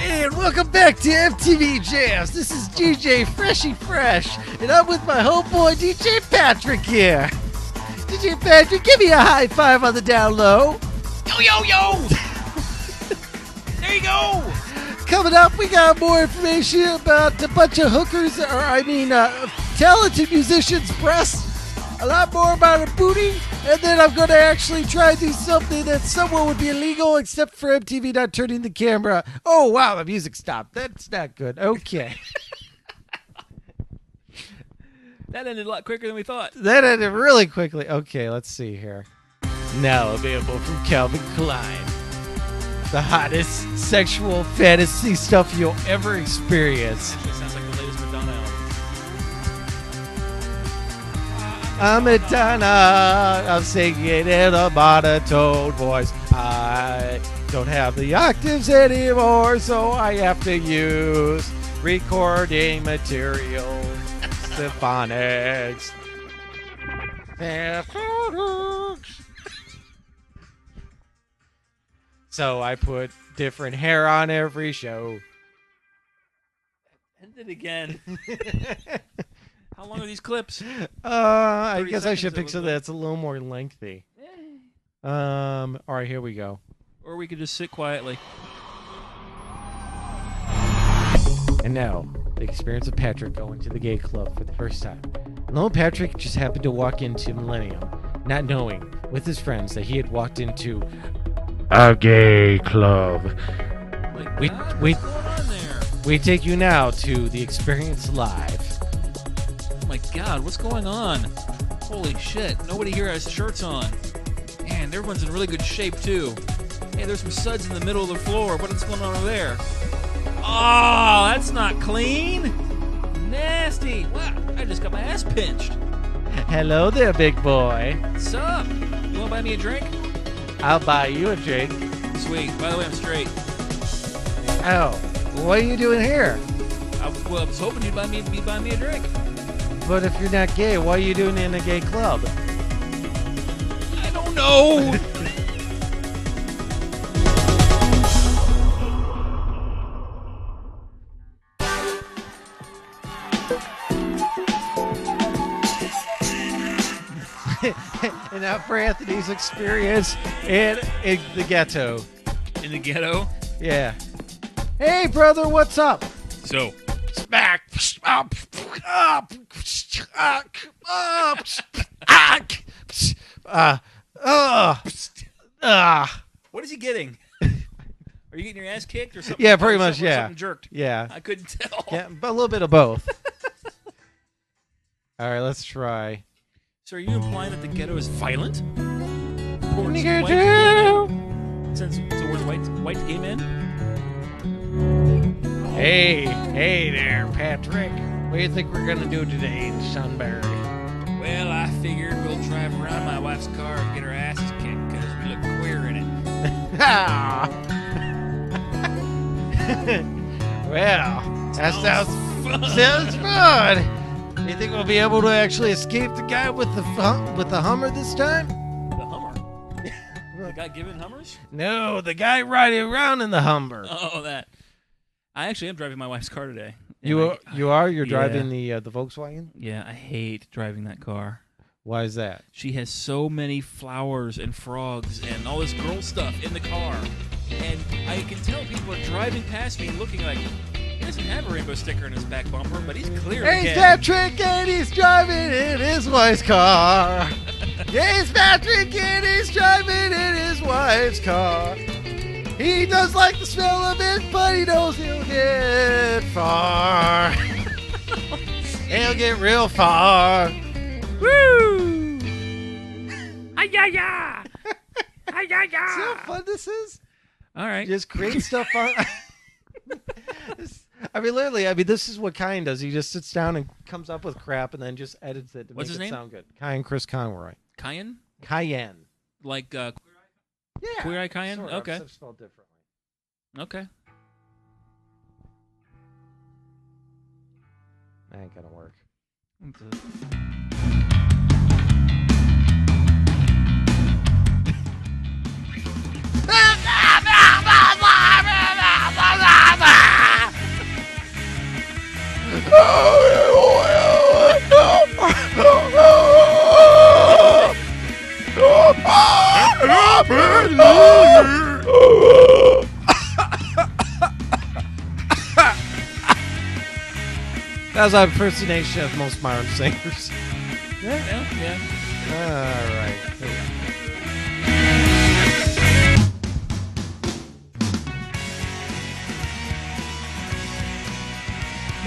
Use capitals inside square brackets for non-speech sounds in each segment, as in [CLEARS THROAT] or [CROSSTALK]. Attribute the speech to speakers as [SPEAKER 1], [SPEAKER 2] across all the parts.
[SPEAKER 1] And welcome back to MTV Jams. This is DJ Freshy Fresh, and I'm with my homeboy DJ Patrick here. DJ Patrick, give me a high five on the down low.
[SPEAKER 2] Yo, yo, yo! there you go!
[SPEAKER 1] Coming up, we got more information about a bunch of hookers, or I mean, uh, talented musicians' breasts. A lot more about a booty, and then I'm going to actually try to do something that somewhat would be illegal, except for MTV not turning the camera. Oh wow, the music stopped. That's not good. Okay,
[SPEAKER 2] That ended a lot quicker than we thought.
[SPEAKER 1] that ended really quickly. Okay, let's see here. Now available from Calvin Klein, the hottest sexual fantasy stuff you'll ever experience.
[SPEAKER 2] Actually, sounds like the latest Madonna album.
[SPEAKER 1] I'm a Donna. I'm singing in a monotone voice. I don't have the octaves anymore, so I have to use recording material. Symphonics. Symphonics. So I put different hair on every show. [LAUGHS]
[SPEAKER 2] Ended again. How long are these clips?
[SPEAKER 1] Uh, I
[SPEAKER 2] 30
[SPEAKER 1] guess I
[SPEAKER 2] seconds
[SPEAKER 1] should
[SPEAKER 2] it
[SPEAKER 1] pick
[SPEAKER 2] was
[SPEAKER 1] something
[SPEAKER 2] like- Eh.
[SPEAKER 1] that's a little more lengthy. Um, all right, here we go.
[SPEAKER 2] Or we could just sit quietly.
[SPEAKER 1] And now, the experience of Patrick going to the gay club for the first time. Lone Patrick just happened to walk into Millennium, not knowing, with his friends, that he had walked into a gay club.
[SPEAKER 2] Like,
[SPEAKER 1] We-
[SPEAKER 2] God,
[SPEAKER 1] we-
[SPEAKER 2] what's going on there?
[SPEAKER 1] We take you now to the experience live.
[SPEAKER 2] Oh my God, what's going on? Holy shit! Nobody here has shirts on. Man, everyone's in really good shape too. Hey, there's some suds in the middle of the floor. What is going on over there? Oh, that's not clean. Nasty. Wow, I just got my ass pinched.
[SPEAKER 1] Hello there, big boy.
[SPEAKER 2] What's up? You wanna buy me a drink?
[SPEAKER 1] I'll buy you a drink.
[SPEAKER 2] Sweet. By the way, I'm straight.
[SPEAKER 1] Oh, what are you doing here?
[SPEAKER 2] I, well, I was hoping you'd buy me, you'd buy me a drink.
[SPEAKER 1] But if you're not gay, why are you doing in a gay club?
[SPEAKER 2] I don't [LAUGHS] know.
[SPEAKER 1] [LAUGHS] and now for Anthony's experience in, in the ghetto.
[SPEAKER 2] In the ghetto.
[SPEAKER 1] Yeah. Hey, brother, what's up?
[SPEAKER 2] So,
[SPEAKER 1] Smack. Up. Up. Up. Up. Up. Uh. Uh. Uh.
[SPEAKER 2] what is he [LAUGHS] getting? Are you getting your ass kicked or something?
[SPEAKER 1] Yeah, pretty
[SPEAKER 2] or
[SPEAKER 1] much,
[SPEAKER 2] something-
[SPEAKER 1] yeah.
[SPEAKER 2] Something jerked.
[SPEAKER 1] Yeah.
[SPEAKER 2] I couldn't tell.
[SPEAKER 1] Yeah, but a little bit of [LAUGHS] both. All right, let's try.
[SPEAKER 2] So, are you implying that the ghetto is violent?
[SPEAKER 1] What
[SPEAKER 2] Towards
[SPEAKER 1] you gonna
[SPEAKER 2] white,
[SPEAKER 1] do?
[SPEAKER 2] Since towards white, white gay men.
[SPEAKER 1] Hey, hey there, Patrick. What do you think we're gonna do today in Sunbury?
[SPEAKER 2] Well, I figured we'll drive around my wife's car and get her asses kicked because we look queer in it.
[SPEAKER 1] Ah. [LAUGHS] well, that sounds Sounds fun. You think we'll be able to actually escape the guy with the hum- with the Hummer this time?
[SPEAKER 2] The Hummer. the guy giving Hummers?
[SPEAKER 1] No, the guy riding around in the Hummer.
[SPEAKER 2] [LAUGHS] Oh, that. I actually am driving my wife's car today. And
[SPEAKER 1] you
[SPEAKER 2] I-
[SPEAKER 1] are, you are you're
[SPEAKER 2] Yeah.
[SPEAKER 1] driving the uh, the Volkswagen.
[SPEAKER 2] Yeah, I hate driving that car.
[SPEAKER 1] Why is that?
[SPEAKER 2] She has so many flowers and frogs and all this girl stuff in the car. And I can tell people are driving past me looking like, he doesn't have a rainbow sticker on his back bumper, but he's clear
[SPEAKER 1] Hey,
[SPEAKER 2] again.
[SPEAKER 1] Patrick, and he's driving in his wife's car. Yes, Patrick, and he's driving in his wife's car. He does like the smell of it, but he knows he'll get far. [LAUGHS] he'll get real far. [LAUGHS] Woo! [LAUGHS]
[SPEAKER 2] Hi-ya-ya! Hi-ya-ya!
[SPEAKER 1] See how fun this is?
[SPEAKER 2] All right.
[SPEAKER 1] Just create stuff on. [LAUGHS] I mean, literally. I mean, this is what Kyan does. He just sits down and comes up with crap, and then just edits it to make
[SPEAKER 2] What's his
[SPEAKER 1] it
[SPEAKER 2] name?
[SPEAKER 1] sound good. Kyan Chris Conroy.
[SPEAKER 2] Cayenne?
[SPEAKER 1] Cayenne.
[SPEAKER 2] Like, uh,
[SPEAKER 1] Yeah.
[SPEAKER 2] Queer Eye Cayenne?
[SPEAKER 1] Sort of,
[SPEAKER 2] Okay.
[SPEAKER 1] except spelled differently.
[SPEAKER 2] okay.
[SPEAKER 1] Mm-hmm. That ain't gonna work. That was an impersonation of most modern singers.
[SPEAKER 2] Yeah, yeah.
[SPEAKER 1] All right. [LAUGHS]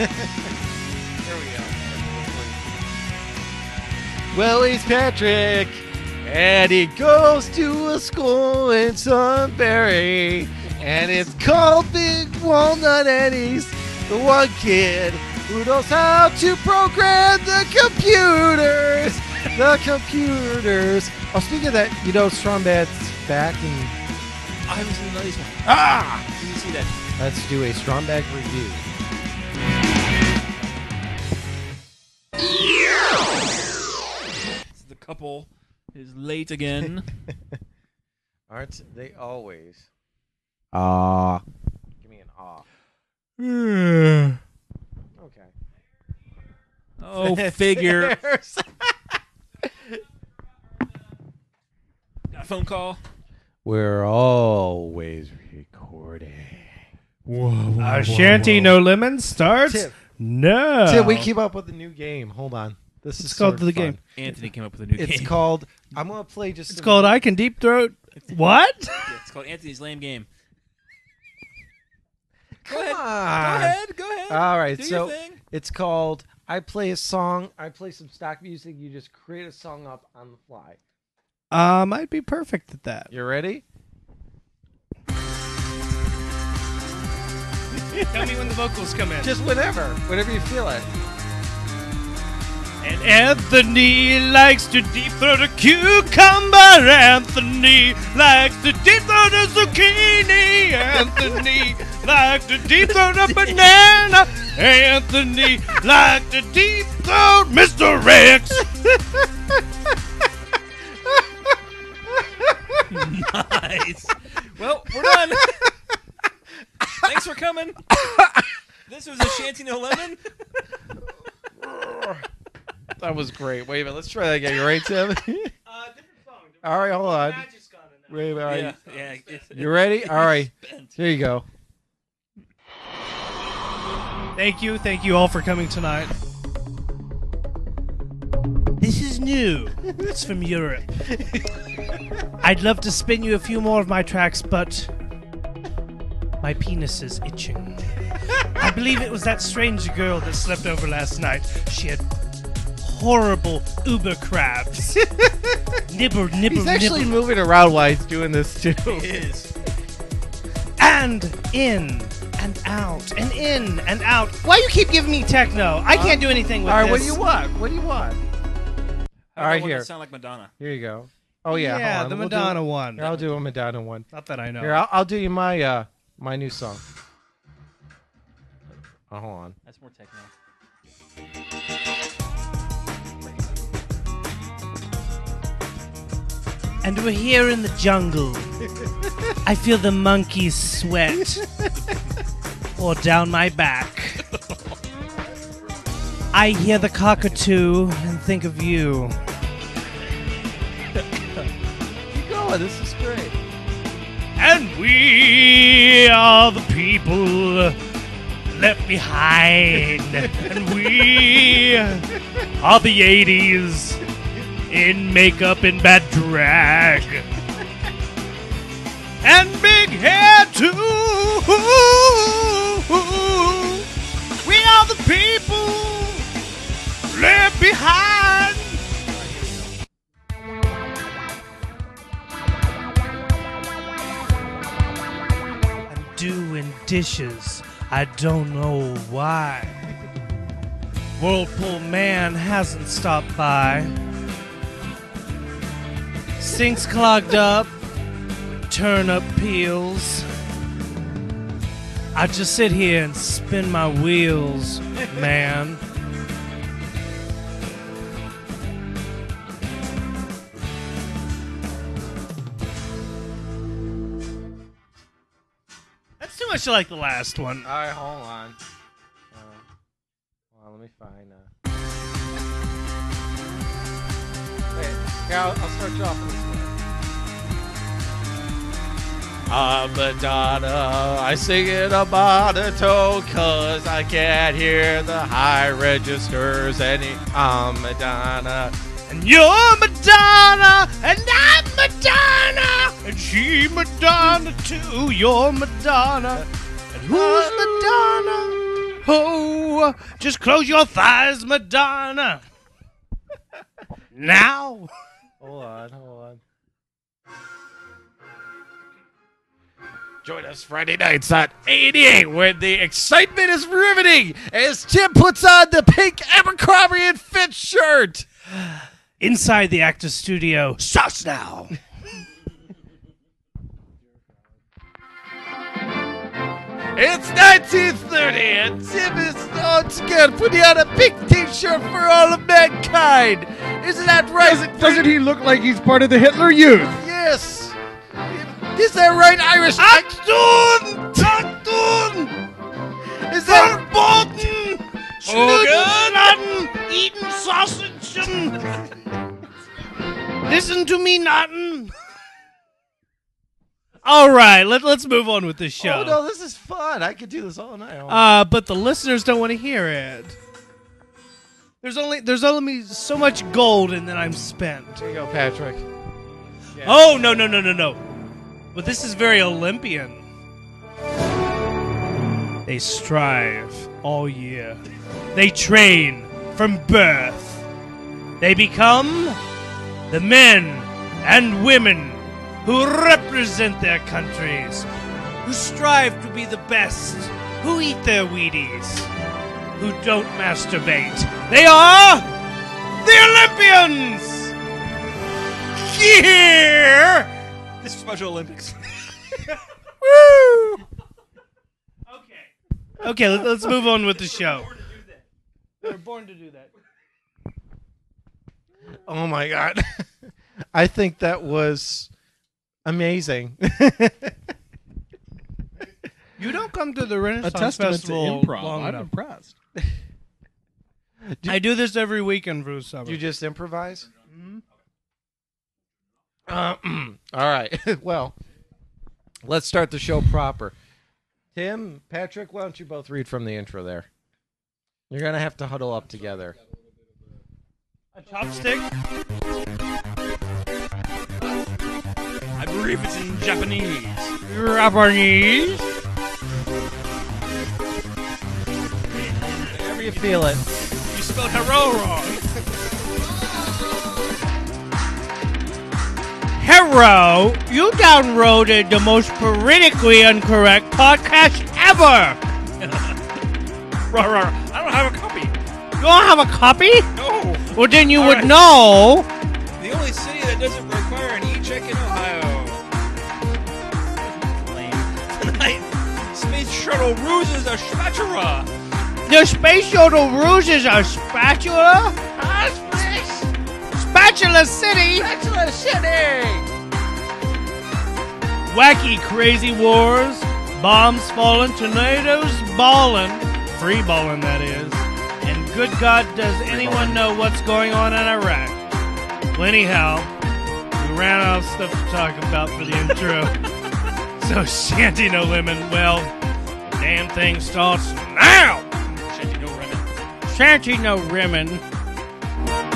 [SPEAKER 2] There we go.
[SPEAKER 1] Well, he's Patrick, and he goes to a school in Sunbury, and it's called Big Walnut, and he's the one kid who knows how to program the computers. The computers. Oh, speaking of that, you know, Strombat's back, and
[SPEAKER 2] I haven't seen another one. Ah! Did you see that?
[SPEAKER 1] let's do a Strombat review.
[SPEAKER 2] The couple is
[SPEAKER 1] [LAUGHS]
[SPEAKER 2] late again.
[SPEAKER 1] Aren't they always? Ah. Give me an ah. Hmm.
[SPEAKER 2] oh,
[SPEAKER 1] Okay. Oh, [LAUGHS]
[SPEAKER 2] [LAUGHS] figure. Got a phone call.
[SPEAKER 1] We're always recording.
[SPEAKER 3] Uh, Shanty No Lemon starts
[SPEAKER 1] Tim,
[SPEAKER 3] no.
[SPEAKER 1] Tim, we keep up with the new game. Hold on. This is
[SPEAKER 3] It's called
[SPEAKER 1] sort of
[SPEAKER 3] the
[SPEAKER 1] fun.
[SPEAKER 3] game.
[SPEAKER 2] Anthony came up with a new
[SPEAKER 1] It's
[SPEAKER 2] [LAUGHS] game.
[SPEAKER 1] called. I'm gonna play just.
[SPEAKER 3] It's
[SPEAKER 1] a-
[SPEAKER 3] called I Can Deep Throat. What?
[SPEAKER 2] Yeah, it's called Anthony's Lame Game.
[SPEAKER 1] Come
[SPEAKER 2] ahead.
[SPEAKER 1] on.
[SPEAKER 2] go ahead, go ahead.
[SPEAKER 1] Uh, All right.
[SPEAKER 2] Do
[SPEAKER 1] so
[SPEAKER 2] your thing.
[SPEAKER 1] it's called. I play a song. I play some stock music. You just create a song up on the fly.
[SPEAKER 3] Um, I'd be perfect at that.
[SPEAKER 1] You ready?
[SPEAKER 3] Tell me when the vocals come in.
[SPEAKER 1] Just whenever, whenever you feel it.
[SPEAKER 3] And Anthony likes to deep throat a cucumber. Anthony likes to deep throat a zucchini. Anthony likes to deep throat a banana. Anthony likes to deep throat Mr. Rex.
[SPEAKER 2] Nice. well,
[SPEAKER 1] [LAUGHS]
[SPEAKER 2] we're done. Thanks for coming. this was a Shanty
[SPEAKER 1] [LAUGHS]
[SPEAKER 2] No Lemon.
[SPEAKER 1] That was great. Wait a minute. Let's try that again. You ready, Tim?
[SPEAKER 3] Uh, different song.
[SPEAKER 1] [LAUGHS] All right. Hold on. Wait a minute. All right.
[SPEAKER 2] yeah, yeah. it's-
[SPEAKER 1] You ready? All right.
[SPEAKER 2] Spent.
[SPEAKER 1] Here you go.
[SPEAKER 3] Thank you, thank you all for coming tonight. This is new. It's
[SPEAKER 1] [LAUGHS]
[SPEAKER 3] from Europe. I'd love to spin you a few more of my tracks, but my penis is itching. I believe it was that strange girl that slept over last night. She had horrible
[SPEAKER 1] [LAUGHS]
[SPEAKER 3] uber crabs. nibble, nibble,
[SPEAKER 1] He's actually
[SPEAKER 3] nibble.
[SPEAKER 1] moving around while he's doing this too.
[SPEAKER 2] Is.
[SPEAKER 3] and in and out and in and out. Why you keep giving me techno? I can't do anything with
[SPEAKER 1] All right,
[SPEAKER 3] this.
[SPEAKER 1] what do you want? What do you want?
[SPEAKER 2] I
[SPEAKER 1] All right,
[SPEAKER 2] want to
[SPEAKER 1] here.
[SPEAKER 2] Sound like Madonna.
[SPEAKER 1] Here you go. Oh yeah, hold on.
[SPEAKER 3] the
[SPEAKER 1] We'll do-
[SPEAKER 3] Madonna one.
[SPEAKER 1] here, I'll do a Madonna one.
[SPEAKER 3] Not that I know.
[SPEAKER 1] Here, I'll, I'll do you my uh my new song. Oh, hold on.
[SPEAKER 2] That's more techno.
[SPEAKER 3] And we're here in the
[SPEAKER 1] [LAUGHS]
[SPEAKER 3] jungle. I feel the monkey's sweat pour down
[SPEAKER 1] [LAUGHS]
[SPEAKER 3] my back. I hear the cockatoo and think of you.
[SPEAKER 1] Keep going. This is great.
[SPEAKER 3] And we are the people left behind. and we are the 80s in makeup and bad drag. and big hair, too. We are the people left behind. I'm doing dishes. I don't know why. Whirlpool man hasn't stopped by. Sinks clogged up. Turnip peels. I just sit here and spin my wheels, man. That's too much like the last one.
[SPEAKER 1] All right, hold on. Uh, hold on, let me find. Uh... Wait, here, I'll, I'll start you off with this one. I'm Madonna. I sing in a monotone oh, cause I can't hear the high registers any. I'm Madonna. And you're Madonna. And I'm Madonna. And she Madonna too. You're Madonna. And who's Madonna? Oh, just close your thighs, Madonna. now. Hold on, hold on. Join us Friday nights on 88 when the excitement is riveting as Tim puts on the pink Abercrombie and Fitch shirt.
[SPEAKER 3] Inside the actor's studio,
[SPEAKER 1] Sauce now. It's 1930 and Tim is once again putting on a pink t-shirt for all of mankind. Isn't that right?
[SPEAKER 4] Doesn't he look like he's part of the Hitler Youth?
[SPEAKER 1] Yes. Is that right, Irish?
[SPEAKER 4] Achtung! Achtung!
[SPEAKER 1] Is that
[SPEAKER 3] Oh,
[SPEAKER 4] Verboten! Schnügeln! Eaten sausagen! Listen to me, Notten!
[SPEAKER 3] All right, let, let's move on with this show.
[SPEAKER 1] Oh no, this is fun. I could do this all night.
[SPEAKER 3] uh, but the listeners don't want to hear it. There's only there's only so much gold, and then I'm spent.
[SPEAKER 1] Here you go, Patrick.
[SPEAKER 3] Oh no no no no no! But this is very Olympian. They strive all year. They train from birth. They become the men and women who represent their countries, who strive to be the best, who eat their Wheaties, who don't masturbate. They are the Olympians! here.
[SPEAKER 2] This is Special Olympics. [LAUGHS]
[SPEAKER 3] Okay. Okay, let, us move on with the show. We're born to do that.
[SPEAKER 1] Oh my god. [LAUGHS] I think that was [LAUGHS] amazing.
[SPEAKER 3] You don't come to the Renaissance Festival long enough.
[SPEAKER 4] impressed.
[SPEAKER 3] I do this every weekend for the summer.
[SPEAKER 1] you just improvise? Um, all right. [LAUGHS] well, let's start the show proper. Tim, Patrick, why don't you both read from the intro there? You're going to have to huddle up together.
[SPEAKER 3] a chopstick?
[SPEAKER 2] I believe it's in Japanese.
[SPEAKER 3] Japanese?
[SPEAKER 1] However you feel it.
[SPEAKER 2] You spelled hero wrong.
[SPEAKER 3] Hero, you downloaded the most politically incorrect podcast ever.
[SPEAKER 2] [LAUGHS] Rah, rah, rah. I don't have a copy.
[SPEAKER 3] You don't have a copy?
[SPEAKER 2] No.
[SPEAKER 3] Well, then you
[SPEAKER 2] All
[SPEAKER 3] would
[SPEAKER 2] right.
[SPEAKER 3] know.
[SPEAKER 2] The only city that doesn't require an e-check in Ohio. Tonight, space shuttle ruses a spatula.
[SPEAKER 3] The space shuttle ruses a spatula?
[SPEAKER 2] Ah,
[SPEAKER 3] Spatula City!
[SPEAKER 1] Bachelor City!
[SPEAKER 3] Wacky crazy wars, bombs falling, tornadoes balling, free balling that is. And good God, does anyone know what's going on in Iraq? Well, anyhow, we ran out of stuff to talk about for the
[SPEAKER 2] [LAUGHS]
[SPEAKER 3] intro. so shanty no lemon. Well, the damn thing starts now.
[SPEAKER 2] Shit, no remit.
[SPEAKER 3] Shanty no lemon.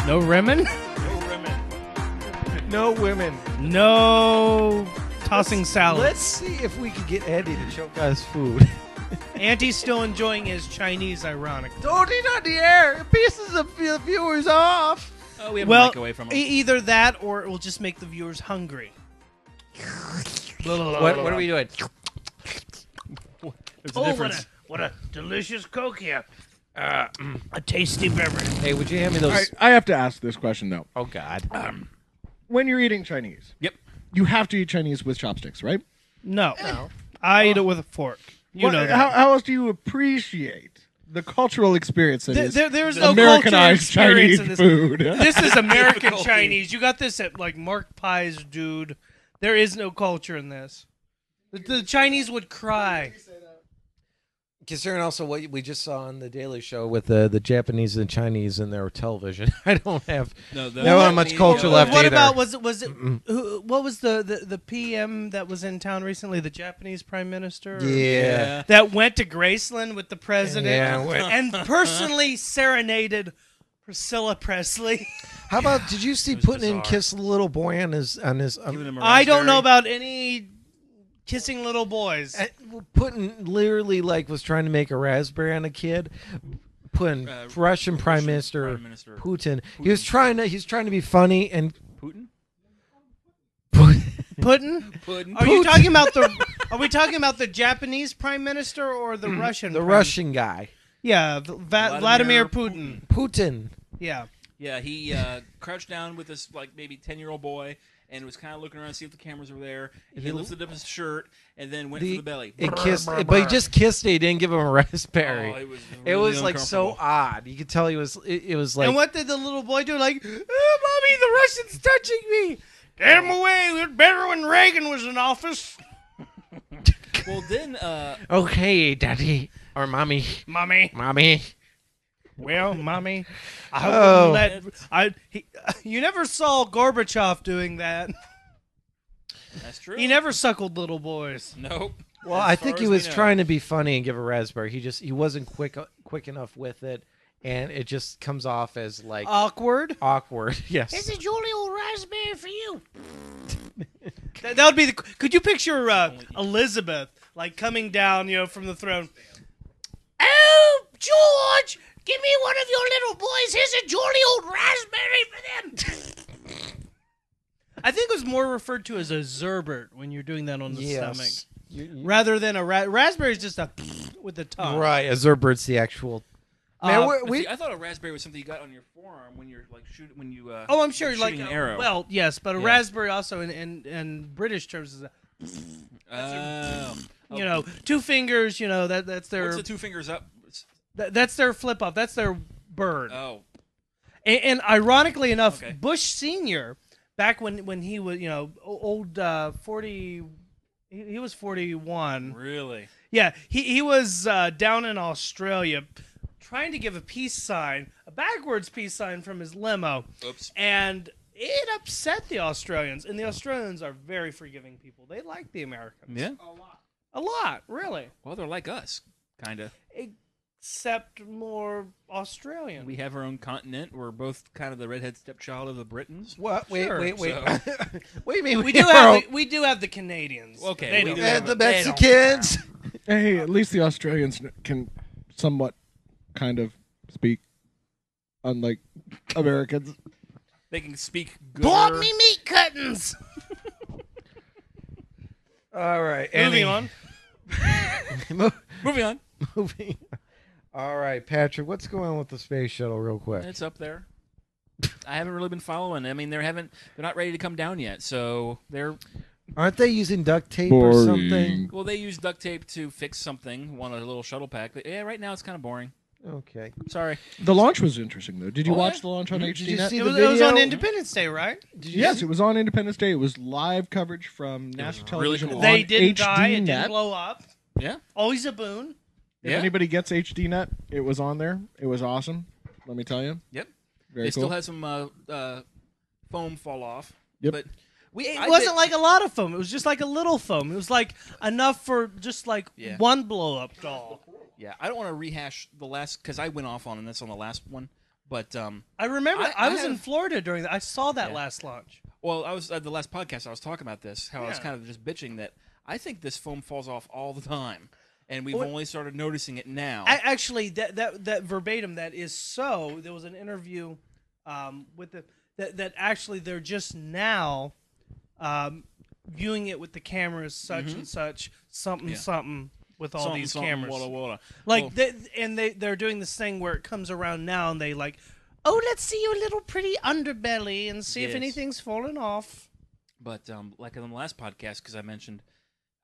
[SPEAKER 3] No lemon?
[SPEAKER 2] No remit.
[SPEAKER 1] No women.
[SPEAKER 3] No tossing salad.
[SPEAKER 1] Let's see if we can get Andy to choke on his food. [LAUGHS]
[SPEAKER 3] Auntie's still enjoying his Chinese ironic.
[SPEAKER 1] Don't eat on the air. It pisses the vi- viewers off.
[SPEAKER 2] Oh, we have a
[SPEAKER 3] Well,
[SPEAKER 2] mic away from
[SPEAKER 3] e-
[SPEAKER 2] him.
[SPEAKER 3] either that or it will just make the viewers hungry.
[SPEAKER 1] What, what are we doing?
[SPEAKER 2] There's
[SPEAKER 3] Oh, what a, what a delicious Coke here. Uh, mm, a tasty beverage.
[SPEAKER 1] Hey, would you hand me those?
[SPEAKER 4] I, I have to ask this question though. Um,
[SPEAKER 1] Oh God.
[SPEAKER 4] When you're eating Chinese,
[SPEAKER 2] Yep.
[SPEAKER 4] you have to eat Chinese with chopsticks, right?
[SPEAKER 3] No. Oh. I eat it with a fork. You
[SPEAKER 4] What-
[SPEAKER 3] know that.
[SPEAKER 4] How, how else do you appreciate the cultural experience that
[SPEAKER 3] Th-
[SPEAKER 4] is
[SPEAKER 3] there, there's no cultural
[SPEAKER 4] Americanized
[SPEAKER 3] experience
[SPEAKER 4] Chinese
[SPEAKER 3] in this. [LAUGHS]
[SPEAKER 4] food? [LAUGHS]
[SPEAKER 3] This is American
[SPEAKER 2] Difficulty.
[SPEAKER 3] Chinese. You got this at like Mark Pie's dude. There is no culture in this. The, the Chinese would cry.
[SPEAKER 1] considering also what we just saw on the Daily Show with uh, the, the Japanese and Chinese in their television, [LAUGHS] I don't have
[SPEAKER 2] No, the-
[SPEAKER 1] not much culture left
[SPEAKER 3] what
[SPEAKER 1] either.
[SPEAKER 3] about was it was it who, what was the, the the PM that was in town recently? The Japanese Prime Minister. or-
[SPEAKER 1] yeah.
[SPEAKER 3] That went to Graceland with the president
[SPEAKER 1] Yeah, wait. [LAUGHS]
[SPEAKER 3] and personally serenaded Priscilla Presley.
[SPEAKER 1] How about did you see
[SPEAKER 2] was
[SPEAKER 1] Putin in
[SPEAKER 2] bizarre.
[SPEAKER 1] kiss the little boy on his on his?
[SPEAKER 2] Giving
[SPEAKER 1] Um,
[SPEAKER 2] him a
[SPEAKER 3] I don't know
[SPEAKER 2] raspberry.
[SPEAKER 3] about any kissing little boys.
[SPEAKER 1] uh, well, Putin literally like was trying to make a raspberry on a kid. Putin,
[SPEAKER 2] Uh,
[SPEAKER 1] Russian Prime Minister,
[SPEAKER 2] Prime Minister
[SPEAKER 1] Putin. He was trying to he's trying to be funny and
[SPEAKER 2] Putin.
[SPEAKER 3] Putin?
[SPEAKER 2] Putin.
[SPEAKER 3] Are you talking about the?
[SPEAKER 1] [LAUGHS]
[SPEAKER 3] Are we talking about the Japanese prime minister or the Russian?
[SPEAKER 1] Mm-hmm. the
[SPEAKER 3] prime-
[SPEAKER 1] Russian guy.
[SPEAKER 3] Yeah, v- Va- Vladimir,
[SPEAKER 2] Vladimir
[SPEAKER 3] Putin.
[SPEAKER 1] Putin.
[SPEAKER 3] Yeah.
[SPEAKER 2] Yeah, he uh, crouched down with this like maybe ten year old boy and was kind of looking around to see if the cameras were there. And he
[SPEAKER 1] He-
[SPEAKER 2] lifted up his shirt and then went
[SPEAKER 1] The,
[SPEAKER 2] for the belly.
[SPEAKER 1] It kissed, but he just kissed it. He didn't give him a [LAUGHS] raspberry.
[SPEAKER 2] Oh, it was,
[SPEAKER 1] it
[SPEAKER 2] really
[SPEAKER 1] was like so
[SPEAKER 2] uncomfortable.
[SPEAKER 1] odd. You could tell he was. It, it was like
[SPEAKER 3] and what did the little boy do? Like, oh, mommy, the Russians touching me. Get him away. It was better when Reagan was in office.
[SPEAKER 2] Well, then uh,
[SPEAKER 1] [LAUGHS] okay, daddy or mommy,
[SPEAKER 3] Mommy.
[SPEAKER 1] mommy.
[SPEAKER 3] Well, mommy. I
[SPEAKER 1] Oh.
[SPEAKER 3] wouldn't let. I. He, [LAUGHS] you never saw Gorbachev doing that.
[SPEAKER 2] that's true.
[SPEAKER 3] He never suckled little boys.
[SPEAKER 2] Nope.
[SPEAKER 1] Well,
[SPEAKER 2] As
[SPEAKER 1] I
[SPEAKER 2] far
[SPEAKER 1] think he
[SPEAKER 2] as we
[SPEAKER 1] was
[SPEAKER 2] know.
[SPEAKER 1] trying to be funny and give a raspberry. He just he wasn't quick quick enough with it, and it just comes off as like
[SPEAKER 3] Uh, Awkward.
[SPEAKER 1] awkward. [LAUGHS] Yes.
[SPEAKER 3] That, that would be the. Could you picture uh, Elizabeth like coming down, you know, from the throne? Oh, George, give me one of your little boys. Here's a jolly old raspberry for them. I think it was more referred to as a zerbert when you're doing that on the
[SPEAKER 1] yes.
[SPEAKER 3] stomach, rather than a ra- raspberry is just a [SNIFFS] with the tongue.
[SPEAKER 1] Right. A Zerbert's the actual.
[SPEAKER 3] Uh,
[SPEAKER 1] Man, we-
[SPEAKER 2] But
[SPEAKER 1] we-
[SPEAKER 2] see, I thought a raspberry was something you got on your forearm when you're like shoot when you. Uh,
[SPEAKER 3] Oh, I'm sure, like
[SPEAKER 2] shooting
[SPEAKER 3] uh,
[SPEAKER 2] an arrow.
[SPEAKER 3] Well, yes, but a
[SPEAKER 2] Yeah.
[SPEAKER 3] raspberry also in, in in British terms is a,
[SPEAKER 2] Oh.
[SPEAKER 3] you know two fingers. You know that that's their
[SPEAKER 2] what's the two fingers up?
[SPEAKER 3] Th- that's their flip off. That's their bird.
[SPEAKER 2] Oh,
[SPEAKER 3] and, and ironically enough,
[SPEAKER 2] Okay.
[SPEAKER 3] Bush Senior, back when when he was you know o- old uh, forty, he, he was forty one.
[SPEAKER 2] really?
[SPEAKER 3] Yeah, he he was uh, down in Australia, trying to give a peace sign, a backwards peace sign from his limo,
[SPEAKER 2] Oops.
[SPEAKER 3] and it upset the Australians. And the Australians are very forgiving people. They like the Americans.
[SPEAKER 2] Yeah.
[SPEAKER 3] a lot, really.
[SPEAKER 2] Well, they're like us, kind of.
[SPEAKER 3] Except more Australian.
[SPEAKER 2] We have our own continent. We're both kind of the redhead stepchild of the Britons.
[SPEAKER 1] What? Wait.
[SPEAKER 3] Sure.
[SPEAKER 1] wait. Wait. [LAUGHS]
[SPEAKER 2] So-
[SPEAKER 1] wait. a [LAUGHS] minute,
[SPEAKER 3] We do have we, do have the Canadians.
[SPEAKER 2] Okay,
[SPEAKER 3] They
[SPEAKER 2] we
[SPEAKER 3] don't
[SPEAKER 2] do
[SPEAKER 3] have
[SPEAKER 2] have
[SPEAKER 3] it.
[SPEAKER 1] and the
[SPEAKER 2] They don't-
[SPEAKER 1] Mexicans.
[SPEAKER 4] Hey, at least the Australians kn- can somewhat kind of speak, unlike Americans.
[SPEAKER 2] They can speak good.
[SPEAKER 3] meat cuttings.
[SPEAKER 1] All right. Annie.
[SPEAKER 3] Moving on.
[SPEAKER 1] [LAUGHS]
[SPEAKER 2] Moving on.
[SPEAKER 1] Moving. [LAUGHS] All right, Patrick. What's going on with the space shuttle, real quick?
[SPEAKER 2] It's up there. I haven't really been following. I mean, they haven't. They're not ready to come down yet. So they're
[SPEAKER 1] Aren't they using duct tape or something?
[SPEAKER 2] well. They use duct tape to fix something. One a little shuttle pack. But yeah, right now it's kind of boring.
[SPEAKER 1] Okay.
[SPEAKER 2] Sorry.
[SPEAKER 4] The launch was interesting, though. Did you
[SPEAKER 2] Oh,
[SPEAKER 4] watch
[SPEAKER 2] yeah?
[SPEAKER 4] the launch on
[SPEAKER 1] Did you
[SPEAKER 4] HDNet?
[SPEAKER 1] see
[SPEAKER 3] It
[SPEAKER 1] the
[SPEAKER 3] was,
[SPEAKER 1] video?
[SPEAKER 3] it was on Independence Day, right?
[SPEAKER 4] Yes, it was on Independence Day. It was live coverage from national
[SPEAKER 2] really
[SPEAKER 4] television.
[SPEAKER 2] cool.
[SPEAKER 4] on
[SPEAKER 3] They didn't die. It
[SPEAKER 4] HDNet.
[SPEAKER 3] didn't blow up.
[SPEAKER 2] Yeah.
[SPEAKER 3] Always a boon.
[SPEAKER 4] If
[SPEAKER 2] Yeah.
[SPEAKER 4] anybody gets HDNet, it was on there. It was awesome. Let me tell you.
[SPEAKER 2] Yep.
[SPEAKER 4] Very
[SPEAKER 2] they
[SPEAKER 4] cool.
[SPEAKER 2] still had some uh, uh, foam fall off.
[SPEAKER 4] Yep.
[SPEAKER 2] But
[SPEAKER 3] We, it
[SPEAKER 2] I
[SPEAKER 3] wasn't
[SPEAKER 2] did-
[SPEAKER 3] like a lot of foam. It was just like a little foam. It was like enough for just like
[SPEAKER 2] Yeah.
[SPEAKER 3] one blow up doll.
[SPEAKER 2] yeah, I don't want to rehash the last because I went off on this on the last one. But um,
[SPEAKER 3] I remember.
[SPEAKER 2] I-
[SPEAKER 3] I,
[SPEAKER 2] I
[SPEAKER 3] was in
[SPEAKER 2] have-
[SPEAKER 3] Florida during that. I saw that
[SPEAKER 2] Yeah.
[SPEAKER 3] last launch.
[SPEAKER 2] Well, I was at the last podcast. I was talking about this. How I was
[SPEAKER 3] Yeah.
[SPEAKER 2] kind of just bitching that I think this foam falls off all the time, and we've
[SPEAKER 3] Well-
[SPEAKER 2] only started noticing it now.
[SPEAKER 3] I, actually, that, that that verbatim that is so. There was an interview um, with the that, that actually they're just now um, viewing it with the cameras such and such something
[SPEAKER 2] Mm-hmm. Yeah.
[SPEAKER 3] something with all
[SPEAKER 2] Something,
[SPEAKER 3] these
[SPEAKER 2] something,
[SPEAKER 3] cameras.
[SPEAKER 2] wada, wada.
[SPEAKER 3] Like
[SPEAKER 2] Well,
[SPEAKER 3] they, and they they're doing this thing where it comes around now and they like, oh let's see your little pretty underbelly and see if
[SPEAKER 2] Yes.
[SPEAKER 3] anything's fallen off.
[SPEAKER 2] but um, like on the last podcast, because I mentioned,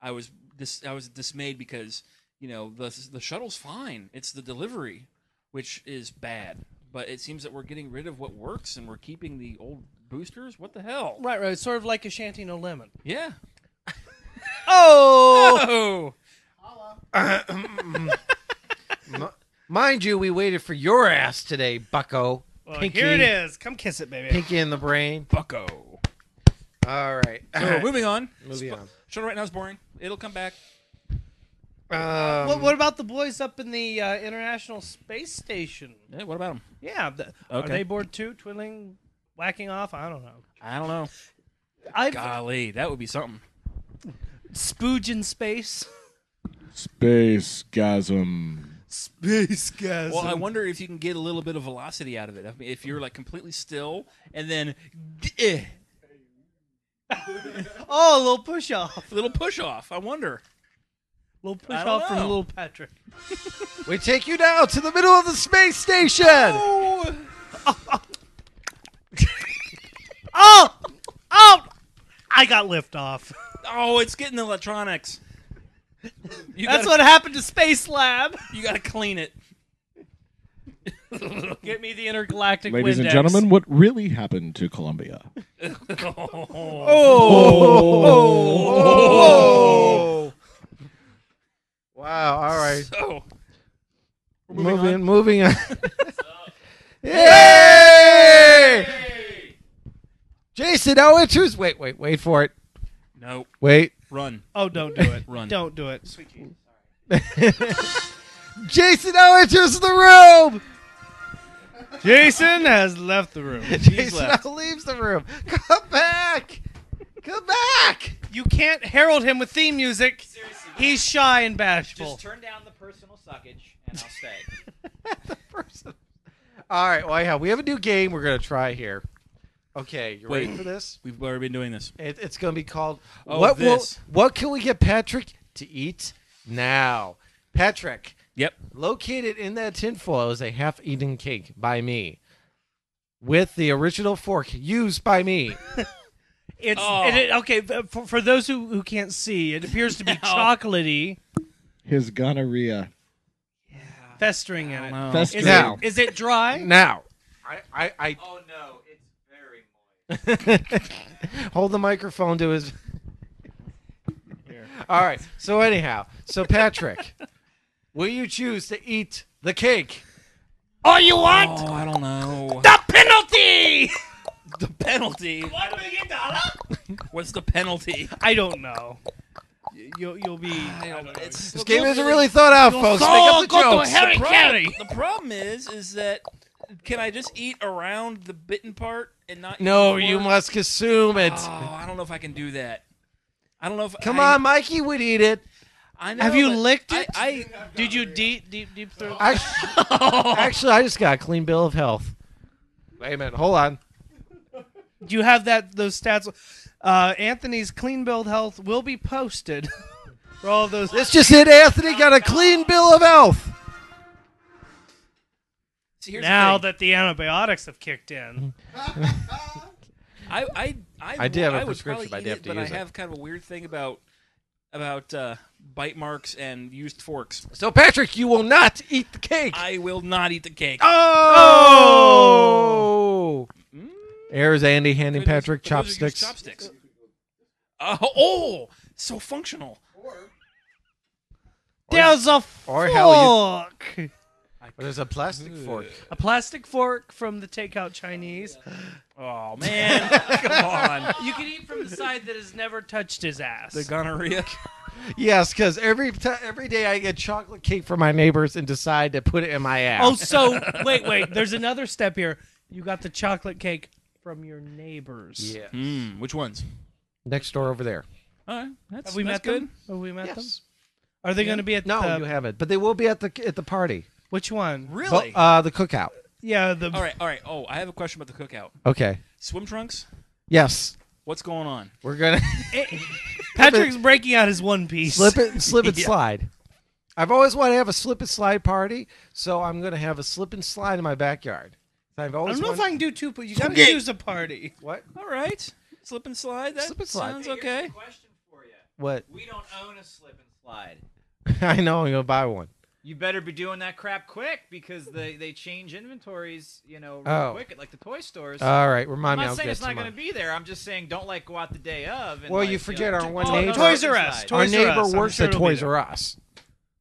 [SPEAKER 2] I was dis- I was dismayed because you know the the shuttle's fine. It's the delivery, which is bad. But it seems that we're getting rid of what works, and we're keeping the old boosters. What the hell?
[SPEAKER 3] Right, right. Sort of like a shanty no lemon.
[SPEAKER 2] Yeah. [LAUGHS]
[SPEAKER 3] [LAUGHS] Oh.
[SPEAKER 2] Oh.
[SPEAKER 1] M- Mind you, we waited for your ass today, Bucko.
[SPEAKER 3] Well,
[SPEAKER 1] Pinky,
[SPEAKER 3] here it is. Come kiss it, baby.
[SPEAKER 1] Pinky in the brain.
[SPEAKER 2] Bucko.
[SPEAKER 1] All
[SPEAKER 3] [LAUGHS]
[SPEAKER 1] right.
[SPEAKER 2] So moving on.
[SPEAKER 1] Moving on.
[SPEAKER 2] Show right now is boring. It'll come back.
[SPEAKER 1] Um,
[SPEAKER 3] What, what about the boys up in the uh, International Space Station?
[SPEAKER 2] Yeah, what about him?
[SPEAKER 3] Yeah, the, are
[SPEAKER 2] Okay.
[SPEAKER 3] they bored too? Twiddling, whacking off? I don't know.
[SPEAKER 2] I don't know.
[SPEAKER 3] I've
[SPEAKER 2] Golly, that would be something.
[SPEAKER 3] spooge in space.
[SPEAKER 4] Space gasm.
[SPEAKER 3] Space guys.
[SPEAKER 2] Well, I wonder if you can get a little bit of velocity out of it. I mean, if you're like completely still and then eh,
[SPEAKER 3] oh, a little push off.
[SPEAKER 2] a little push off. I wonder.
[SPEAKER 3] A little push
[SPEAKER 2] don't
[SPEAKER 3] off from
[SPEAKER 2] know.
[SPEAKER 3] little Patrick.
[SPEAKER 1] we take you now to the middle of the space station.
[SPEAKER 3] Oh, oh! I got lift off.
[SPEAKER 2] Oh, it's getting electronics. You
[SPEAKER 3] That's
[SPEAKER 2] gotta,
[SPEAKER 3] what happened to Space Lab.
[SPEAKER 2] you got to clean it.
[SPEAKER 3] Get me the intergalactic.
[SPEAKER 4] Ladies and
[SPEAKER 3] Windex.
[SPEAKER 4] gentlemen, what really happened to Columbia?
[SPEAKER 1] Oh. Wow. All right.
[SPEAKER 2] So,
[SPEAKER 1] Moving, moving on. [LAUGHS] Yay! Jason Owens, who's wait, wait, wait for it.
[SPEAKER 2] no,
[SPEAKER 1] Wait.
[SPEAKER 2] run.
[SPEAKER 3] Oh, don't do it.
[SPEAKER 2] [LAUGHS] Run.
[SPEAKER 3] Don't do it.
[SPEAKER 1] Jason O enters the room.
[SPEAKER 3] Jason has left the room.
[SPEAKER 1] Jason
[SPEAKER 2] left.
[SPEAKER 1] O leaves the room. Come back. Come back.
[SPEAKER 3] You can't herald him with theme music. He's shy and bashful.
[SPEAKER 5] Just turn down the personal suckage, and I'll stay.
[SPEAKER 1] Person. All right. Well, yeah, we have a new game we're gonna try here. Okay, you ready
[SPEAKER 2] Wait.
[SPEAKER 1] for this?
[SPEAKER 2] [LAUGHS] We've already been doing this.
[SPEAKER 1] It, it's gonna be called
[SPEAKER 2] Oh,
[SPEAKER 1] "What
[SPEAKER 2] this.
[SPEAKER 1] Will What Can We Get Patrick to Eat Now?" Patrick,
[SPEAKER 2] Yep.
[SPEAKER 1] located in that tinfoil, is a half-eaten cake by me, with the original fork used by me.
[SPEAKER 3] It's
[SPEAKER 2] Oh.
[SPEAKER 3] it, it- okay f- for, for those who, who can't see. It appears [LAUGHS] to be chocolatey,
[SPEAKER 4] His gonorrhea.
[SPEAKER 3] festering in
[SPEAKER 1] [LAUGHS]
[SPEAKER 3] it.
[SPEAKER 4] Fest-
[SPEAKER 3] Is
[SPEAKER 1] Now.
[SPEAKER 3] it is it dry?
[SPEAKER 1] now, I, I, I
[SPEAKER 5] Oh no, it's very moist.
[SPEAKER 1] [LAUGHS] hold the microphone to his. All right. So anyhow, so Patrick, will you choose to eat the cake?
[SPEAKER 3] Oh, you want
[SPEAKER 2] Oh, I don't know.
[SPEAKER 3] the penalty?
[SPEAKER 2] The penalty. What's the penalty?
[SPEAKER 3] I don't know. Y- You'll you'll be. I don't know.
[SPEAKER 2] It's-
[SPEAKER 1] This game isn't really thought out, folks. Make
[SPEAKER 3] soul
[SPEAKER 1] up the
[SPEAKER 3] Oh, go to
[SPEAKER 1] jokes.
[SPEAKER 3] hell. Harry
[SPEAKER 2] the
[SPEAKER 3] Carey.
[SPEAKER 2] problem, the problem is, is that can I just eat around the bitten part and not? eat
[SPEAKER 1] No,
[SPEAKER 2] the
[SPEAKER 1] you
[SPEAKER 2] core?
[SPEAKER 1] must consume it.
[SPEAKER 2] Oh, I don't know if I can do that. I don't know if.
[SPEAKER 1] Come
[SPEAKER 2] I,
[SPEAKER 1] on, Mikey would eat it.
[SPEAKER 2] I know,
[SPEAKER 3] Have you
[SPEAKER 2] but
[SPEAKER 3] licked
[SPEAKER 2] I-
[SPEAKER 3] it?
[SPEAKER 2] I,
[SPEAKER 3] Did you deep deep deep throat?
[SPEAKER 1] I, actually, I just got a clean bill of health. Wait a minute. Hold on.
[SPEAKER 3] Do you have that those stats? Uh, Anthony's clean build health will be posted [LAUGHS] for all those.
[SPEAKER 1] This just it. Anthony got a clean bill of health.
[SPEAKER 2] see, here's
[SPEAKER 3] now
[SPEAKER 2] the
[SPEAKER 3] that the antibiotics have kicked in,
[SPEAKER 2] thing. I, I, I,
[SPEAKER 1] I did have a
[SPEAKER 2] would
[SPEAKER 1] prescription,
[SPEAKER 2] probably
[SPEAKER 1] but I
[SPEAKER 2] eat
[SPEAKER 1] did have
[SPEAKER 2] it,
[SPEAKER 1] to
[SPEAKER 2] but I
[SPEAKER 1] use it.
[SPEAKER 2] have kind of a weird thing about about uh, bite marks and used forks.
[SPEAKER 1] So, Patrick, you will not eat the cake.
[SPEAKER 2] I will not eat the cake.
[SPEAKER 1] oh! There's Andy handing
[SPEAKER 2] But those-
[SPEAKER 1] Patrick
[SPEAKER 2] but those are used
[SPEAKER 1] chopsticks.
[SPEAKER 2] Chopsticks. Uh, oh, so functional.
[SPEAKER 3] there's a
[SPEAKER 1] or
[SPEAKER 3] fork.
[SPEAKER 1] hell There's a plastic fork.
[SPEAKER 3] A plastic fork from the takeout [GASPS] Chinese.
[SPEAKER 2] Oh man,
[SPEAKER 3] [LAUGHS]
[SPEAKER 2] come on.
[SPEAKER 3] You can eat from the side that has never touched his ass.
[SPEAKER 2] The gonorrhea.
[SPEAKER 1] Yes, because every ti- every day I get chocolate cake from my neighbors and decide to put it in my ass.
[SPEAKER 3] oh, so wait, wait. There's another step here. You got the chocolate cake from your neighbors.
[SPEAKER 1] yeah.
[SPEAKER 2] Mm, which ones?
[SPEAKER 1] Next door over there.
[SPEAKER 2] All right, that's,
[SPEAKER 3] Have we
[SPEAKER 2] that's
[SPEAKER 3] met
[SPEAKER 2] good.
[SPEAKER 3] them? Have we met them? Uh,
[SPEAKER 1] Yes.
[SPEAKER 3] Are they going to be at
[SPEAKER 1] No,
[SPEAKER 3] the,
[SPEAKER 1] you haven't. But they will be at the at the party.
[SPEAKER 3] which one?
[SPEAKER 2] Really?
[SPEAKER 1] But, uh, the cookout.
[SPEAKER 3] Yeah, the
[SPEAKER 2] all right, all right. Oh, I have a question about the cookout.
[SPEAKER 1] Okay.
[SPEAKER 2] Swim trunks.
[SPEAKER 1] Yes,
[SPEAKER 2] What's going on?
[SPEAKER 1] we're gonna
[SPEAKER 3] Patrick's breaking out his one piece.
[SPEAKER 1] slip it, slip and slide. I've always wanted to have a slip and slide party, so I'm gonna have a slip and slide in my backyard. I've
[SPEAKER 3] I
[SPEAKER 1] always
[SPEAKER 3] don't know if I
[SPEAKER 1] wanted-
[SPEAKER 3] can do two, but you gotta choose a party.
[SPEAKER 1] what
[SPEAKER 2] All right, slip and slide. That
[SPEAKER 1] Slip and slide.
[SPEAKER 2] sounds
[SPEAKER 5] Hey,
[SPEAKER 2] okay.
[SPEAKER 5] Here's a question for you.
[SPEAKER 1] what
[SPEAKER 5] We don't own a slip and slide.
[SPEAKER 1] [LAUGHS] I know I'm gonna buy one.
[SPEAKER 5] You better be doing that crap quick because they, they change inventories, you know, real
[SPEAKER 1] Oh. Uh,
[SPEAKER 5] quick at like the toy stores.
[SPEAKER 1] All right,
[SPEAKER 5] I'm
[SPEAKER 1] remind me.
[SPEAKER 5] not
[SPEAKER 1] I'll
[SPEAKER 5] saying
[SPEAKER 1] get
[SPEAKER 5] it's not
[SPEAKER 1] tomorrow.
[SPEAKER 5] going to be there. I'm just saying don't like go out the day of. And
[SPEAKER 1] Well,
[SPEAKER 5] like,
[SPEAKER 1] you forget
[SPEAKER 5] know,
[SPEAKER 1] our
[SPEAKER 5] do-
[SPEAKER 1] one
[SPEAKER 5] oh, no,
[SPEAKER 1] neighbor-
[SPEAKER 5] no,
[SPEAKER 3] Toys R Us.
[SPEAKER 5] slide.
[SPEAKER 3] Toys
[SPEAKER 1] Our
[SPEAKER 3] R
[SPEAKER 1] neighbor
[SPEAKER 3] Us, I'm
[SPEAKER 1] works
[SPEAKER 3] sure
[SPEAKER 1] at
[SPEAKER 3] it'll be
[SPEAKER 1] Toys
[SPEAKER 3] there.
[SPEAKER 1] R Us.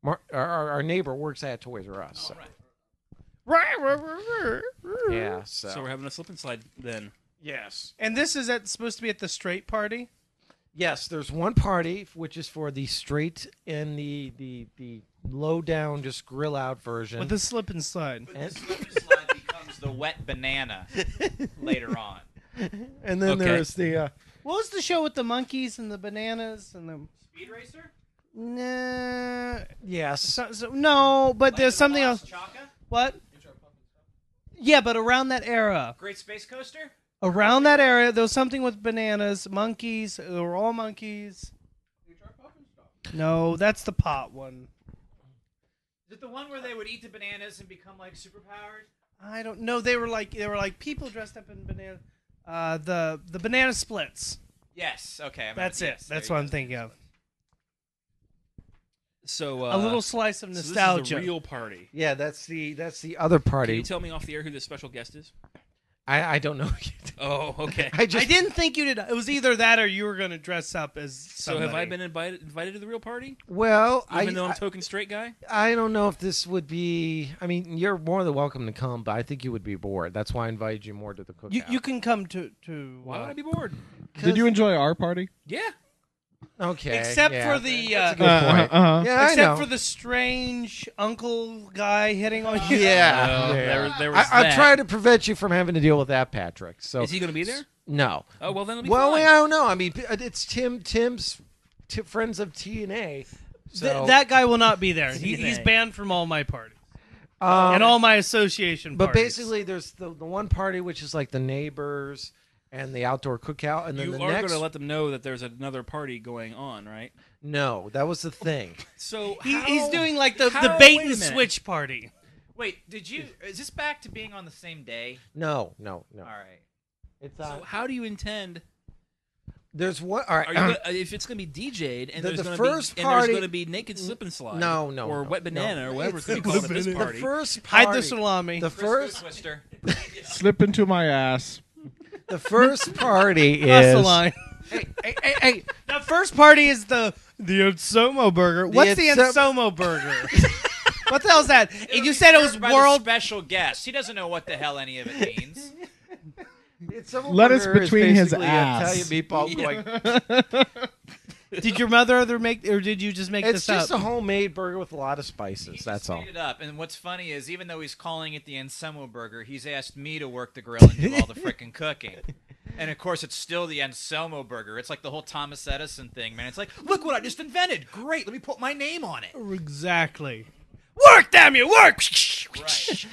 [SPEAKER 1] Mar- our, our, our neighbor works at Toys R Us. So. Yeah. So,
[SPEAKER 2] So we're having a slip and slide then.
[SPEAKER 1] yes,
[SPEAKER 3] And this is at, supposed to be at the straight party.
[SPEAKER 1] yes. There's one party f- which is for the straight and the the the low down, just grill out version.
[SPEAKER 3] With the slip and slide.
[SPEAKER 1] and,
[SPEAKER 5] slide becomes the wet banana later on.
[SPEAKER 4] And then
[SPEAKER 2] Okay.
[SPEAKER 4] there's the uh,
[SPEAKER 3] What was the show with the monkeys and the bananas and the?
[SPEAKER 5] Speed Racer?
[SPEAKER 3] Nah,
[SPEAKER 1] yes.
[SPEAKER 3] so, so- no, but there's something else.
[SPEAKER 5] Chaka?
[SPEAKER 3] What? Yeah, but around that era,
[SPEAKER 5] Great Space Coaster?
[SPEAKER 3] around that era, there was something with bananas, monkeys. They were all monkeys. No, that's the pot one.
[SPEAKER 5] Is it the one where they would eat the bananas and become like superpowered?
[SPEAKER 3] I don't know. They were like they were like people dressed up in banana. Uh, the the banana splits.
[SPEAKER 5] Yes. Okay. I'm
[SPEAKER 3] That's it.
[SPEAKER 5] yes, there
[SPEAKER 3] That's
[SPEAKER 5] you
[SPEAKER 3] what
[SPEAKER 5] go.
[SPEAKER 3] I'm thinking of.
[SPEAKER 2] So uh,
[SPEAKER 3] A little slice of
[SPEAKER 2] so
[SPEAKER 3] nostalgia.
[SPEAKER 2] this is the real party.
[SPEAKER 1] Yeah, that's the that's the other
[SPEAKER 2] Can you
[SPEAKER 1] party.
[SPEAKER 2] tell me off the air who the special guest is?
[SPEAKER 1] I I don't know. [LAUGHS]
[SPEAKER 2] Oh, [LAUGHS] okay.
[SPEAKER 1] I just
[SPEAKER 3] I didn't think you did. It was either that or you were going to dress up as.
[SPEAKER 2] So have I
[SPEAKER 3] somebody.
[SPEAKER 2] been invited invited to the real party?
[SPEAKER 1] well, I,
[SPEAKER 2] Even though I'm
[SPEAKER 1] I
[SPEAKER 2] token straight guy.
[SPEAKER 1] I don't know if this would be. I mean, you're more than welcome to come, but I think you would be bored. That's why I invited you more to the cookout.
[SPEAKER 3] You, you can come to to.
[SPEAKER 2] Why
[SPEAKER 3] uh,
[SPEAKER 2] would I be bored?
[SPEAKER 4] Did you enjoy our party?
[SPEAKER 2] Yeah.
[SPEAKER 1] okay?
[SPEAKER 3] except
[SPEAKER 1] yeah.
[SPEAKER 3] for the
[SPEAKER 1] That's
[SPEAKER 3] uh,
[SPEAKER 1] a good
[SPEAKER 4] uh-huh,
[SPEAKER 1] point. yeah, I know.
[SPEAKER 3] except for the strange uncle guy hitting on
[SPEAKER 1] [LAUGHS]
[SPEAKER 3] you.
[SPEAKER 1] yeah. yeah.
[SPEAKER 2] Well, There, there was
[SPEAKER 1] I, I'm
[SPEAKER 2] that.
[SPEAKER 1] trying to prevent you from having to deal with that, Patrick. So
[SPEAKER 2] Is he going to be there?
[SPEAKER 1] no.
[SPEAKER 2] Oh well, then it'll be
[SPEAKER 1] Well,
[SPEAKER 2] fine.
[SPEAKER 1] I don't know. I mean, uh, it's Tim. Tim's t- friends of TNA. So
[SPEAKER 3] Th- that guy will not be there. He, he's banned from all my parties
[SPEAKER 1] um,
[SPEAKER 3] and all my association.
[SPEAKER 1] But
[SPEAKER 3] parties.
[SPEAKER 1] basically, there's the, the one party which is like the neighbors and the outdoor cookout, and then
[SPEAKER 2] you
[SPEAKER 1] the
[SPEAKER 2] are going
[SPEAKER 1] next.
[SPEAKER 2] to let them know that there's another party going on, right?
[SPEAKER 1] no, that was the thing.
[SPEAKER 2] So
[SPEAKER 3] He-
[SPEAKER 2] how-
[SPEAKER 3] he's doing like the, the
[SPEAKER 2] how-
[SPEAKER 3] bait
[SPEAKER 2] wait a
[SPEAKER 3] and
[SPEAKER 2] minute.
[SPEAKER 3] switch party.
[SPEAKER 5] Wait, did you? Is this back to being on the same day?
[SPEAKER 1] No, no, no.
[SPEAKER 5] All right.
[SPEAKER 1] It's
[SPEAKER 2] So
[SPEAKER 1] uh,
[SPEAKER 2] how do you intend?
[SPEAKER 1] there's one. All right, [CLEARS THROAT]
[SPEAKER 2] Are you gonna, if it's going to be DJ'd and
[SPEAKER 1] The-
[SPEAKER 2] there's
[SPEAKER 1] the
[SPEAKER 2] going
[SPEAKER 1] first
[SPEAKER 2] to be and
[SPEAKER 1] party-
[SPEAKER 2] there's going to be naked slip and slide?
[SPEAKER 1] No, no,
[SPEAKER 2] Or
[SPEAKER 1] no,
[SPEAKER 2] wet banana
[SPEAKER 1] no.
[SPEAKER 2] or whatever
[SPEAKER 1] [LAUGHS]
[SPEAKER 2] it's going to be
[SPEAKER 4] It's-
[SPEAKER 2] called at this
[SPEAKER 4] the
[SPEAKER 1] the
[SPEAKER 2] party.
[SPEAKER 1] first party.
[SPEAKER 3] Hide the salami.
[SPEAKER 1] The first,
[SPEAKER 5] Twister.
[SPEAKER 4] Slip into my ass.
[SPEAKER 1] the
[SPEAKER 3] [LAUGHS]
[SPEAKER 1] first party
[SPEAKER 3] That's the
[SPEAKER 1] is
[SPEAKER 3] line.
[SPEAKER 1] Hey, hey, hey, hey,
[SPEAKER 3] The first party is the the Ansomo burger. What's the
[SPEAKER 1] Ansom- [LAUGHS]
[SPEAKER 3] Ansomo burger? what the hell's that? And you said it was
[SPEAKER 5] By the
[SPEAKER 3] world.
[SPEAKER 5] special guest. He doesn't know what the hell any of it
[SPEAKER 3] [LAUGHS]
[SPEAKER 5] means.
[SPEAKER 1] it's some
[SPEAKER 4] Lettuce
[SPEAKER 1] burger is
[SPEAKER 4] between his
[SPEAKER 1] basically
[SPEAKER 4] ass.
[SPEAKER 1] Italian meatball
[SPEAKER 2] [LAUGHS]
[SPEAKER 1] going-
[SPEAKER 3] Did your mother ever make, or did you just make
[SPEAKER 1] It's
[SPEAKER 3] this up?
[SPEAKER 1] just a homemade burger with a lot of spices.
[SPEAKER 5] He
[SPEAKER 1] That's
[SPEAKER 5] just
[SPEAKER 1] all.
[SPEAKER 5] made it up. And what's funny is, even though he's calling it the Anselmo burger, he's asked me to work the grill and do all the
[SPEAKER 1] [LAUGHS]
[SPEAKER 5] frickin' cooking. And of course, it's still the Anselmo burger. It's like the whole Thomas Edison thing, man. It's like, look what I just invented. Great, let me put my name on it.
[SPEAKER 3] Exactly.
[SPEAKER 5] Work, damn you, work. Right.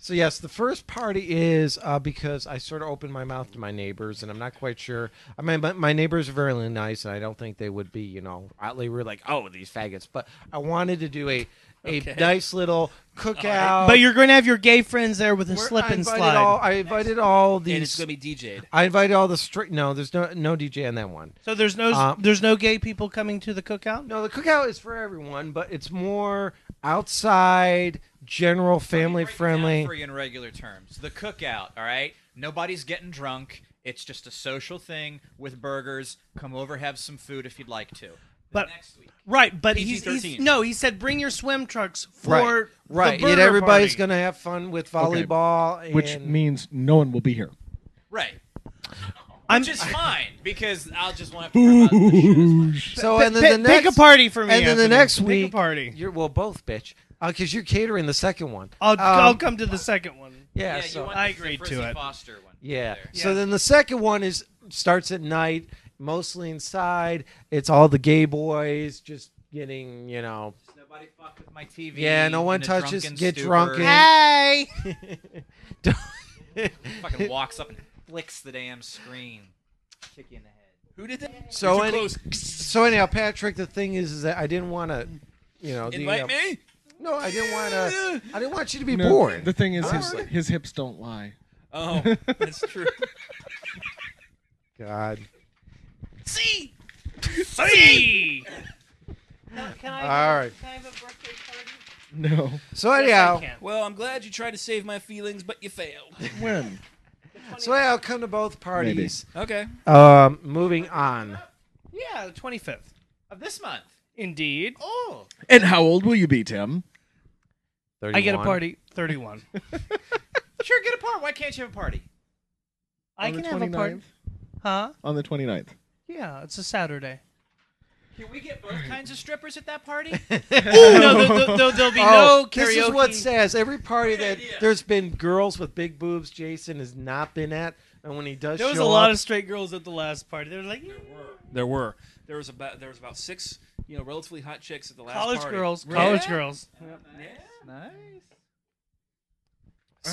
[SPEAKER 1] So yes, the first party is uh, because I sort of opened my mouth to my neighbors, and I'm not quite sure. I mean, but my neighbors are very nice, and I don't think they would be, you know, outly rude like, "Oh, these faggots." But I wanted to do a a nice little cookout.
[SPEAKER 3] But you're going to have your gay friends there with a
[SPEAKER 1] where
[SPEAKER 3] slip
[SPEAKER 1] I
[SPEAKER 3] and
[SPEAKER 1] Oh. invited
[SPEAKER 3] slide.
[SPEAKER 1] All, I invited all
[SPEAKER 2] and it's
[SPEAKER 1] these.
[SPEAKER 2] going to be DJ'd.
[SPEAKER 1] I invited all the straight. No, there's no no DJ on that one.
[SPEAKER 3] so there's no
[SPEAKER 1] Uh,
[SPEAKER 3] there's no gay people coming to the cookout.
[SPEAKER 1] No, the cookout is for everyone, but it's more outside, general, family friendly.
[SPEAKER 5] For you in regular terms, the cookout. All right, nobody's getting drunk. It's just a social thing with burgers. Come over, have some food if you'd like to. The
[SPEAKER 3] But-
[SPEAKER 5] next week,
[SPEAKER 3] Right, but he's, he's
[SPEAKER 2] PG-13.
[SPEAKER 3] no. He said bring your swim trucks for
[SPEAKER 1] Right,
[SPEAKER 3] the
[SPEAKER 1] right.
[SPEAKER 3] burger
[SPEAKER 1] Yet everybody's
[SPEAKER 3] party.
[SPEAKER 1] going to have fun with volleyball,
[SPEAKER 4] Which
[SPEAKER 1] and-
[SPEAKER 4] means no one will be here.
[SPEAKER 5] right.
[SPEAKER 3] I'm
[SPEAKER 5] Which is
[SPEAKER 1] [LAUGHS]
[SPEAKER 3] just
[SPEAKER 5] fine because I'll just want to. hear about the shit.
[SPEAKER 1] so. And then the next,
[SPEAKER 3] pick a party for me.
[SPEAKER 1] and then the
[SPEAKER 3] Anthony.
[SPEAKER 1] next
[SPEAKER 3] Pick a
[SPEAKER 1] week,
[SPEAKER 3] party.
[SPEAKER 1] You're well, both, bitch, because you're catering the second one.
[SPEAKER 3] I'll
[SPEAKER 1] Um,
[SPEAKER 3] I'll come to the second one.
[SPEAKER 1] Yeah,
[SPEAKER 5] Yeah,
[SPEAKER 1] so
[SPEAKER 5] you want
[SPEAKER 3] I
[SPEAKER 5] the
[SPEAKER 3] agreed
[SPEAKER 5] Frizzy
[SPEAKER 3] to it.
[SPEAKER 5] Foster one.
[SPEAKER 1] yeah.
[SPEAKER 5] there.
[SPEAKER 1] So
[SPEAKER 3] Yeah.
[SPEAKER 1] then the second one is starts at night, mostly inside. It's all the gay boys just getting, you know,
[SPEAKER 5] Nobody fuck with my TV.
[SPEAKER 1] Yeah, no one
[SPEAKER 5] in a
[SPEAKER 1] touches-
[SPEAKER 5] drunken
[SPEAKER 1] get
[SPEAKER 5] stupor.
[SPEAKER 1] drunk and-
[SPEAKER 3] Hey,
[SPEAKER 5] [LAUGHS] Fucking walks up and flicks the damn screen. Kick you in the head.
[SPEAKER 2] Who did
[SPEAKER 1] [LAUGHS]
[SPEAKER 2] that?
[SPEAKER 1] So
[SPEAKER 2] Too
[SPEAKER 1] any-
[SPEAKER 2] close.
[SPEAKER 1] [LAUGHS] so anyhow, Patrick, the thing is, is that I didn't want to, you know, the,
[SPEAKER 2] Invite
[SPEAKER 1] uh,
[SPEAKER 2] me.
[SPEAKER 1] No, I didn't want to. I didn't want you to be
[SPEAKER 4] No,
[SPEAKER 1] bored.
[SPEAKER 4] The thing is, his,
[SPEAKER 1] Bored?
[SPEAKER 4] his hips don't lie.
[SPEAKER 2] [LAUGHS] Oh, that's true.
[SPEAKER 1] God.
[SPEAKER 3] see, see.
[SPEAKER 1] All right.
[SPEAKER 4] No.
[SPEAKER 1] So anyhow,
[SPEAKER 2] Well, I'm glad you tried to save my feelings, but you failed.
[SPEAKER 4] When?
[SPEAKER 1] so anyhow, come to both parties.
[SPEAKER 2] Okay.
[SPEAKER 1] Um, moving on.
[SPEAKER 3] Yeah, the 25th.
[SPEAKER 5] Of this month.
[SPEAKER 3] Indeed.
[SPEAKER 5] Oh,
[SPEAKER 4] And how old will you be, Tim?
[SPEAKER 3] I get a
[SPEAKER 1] 31.
[SPEAKER 3] party
[SPEAKER 1] [LAUGHS]
[SPEAKER 3] 31.
[SPEAKER 5] sure, get a part. Why can't you have a party?
[SPEAKER 3] I
[SPEAKER 4] On the
[SPEAKER 3] can have a party.
[SPEAKER 4] 29th?
[SPEAKER 3] Huh?
[SPEAKER 4] On the 29th.
[SPEAKER 3] Yeah, it's a Saturday.
[SPEAKER 5] Can we get both kinds of strippers at that party?
[SPEAKER 1] [LAUGHS]
[SPEAKER 3] [LAUGHS] no, there- there- there- there'll be no
[SPEAKER 1] Oh,
[SPEAKER 3] karaoke.
[SPEAKER 1] This is what says every party
[SPEAKER 5] Good
[SPEAKER 1] that
[SPEAKER 5] idea.
[SPEAKER 1] there's been girls with big boobs. Jason has not been at, and when he does,
[SPEAKER 3] There was
[SPEAKER 1] show
[SPEAKER 3] a lot
[SPEAKER 1] up,
[SPEAKER 3] of straight girls at the last party. They were like
[SPEAKER 2] There were. There was about there was about six, you know, relatively hot chicks at the last
[SPEAKER 3] college
[SPEAKER 2] party.
[SPEAKER 3] girls,
[SPEAKER 2] Really?
[SPEAKER 3] college girls.
[SPEAKER 5] Nice.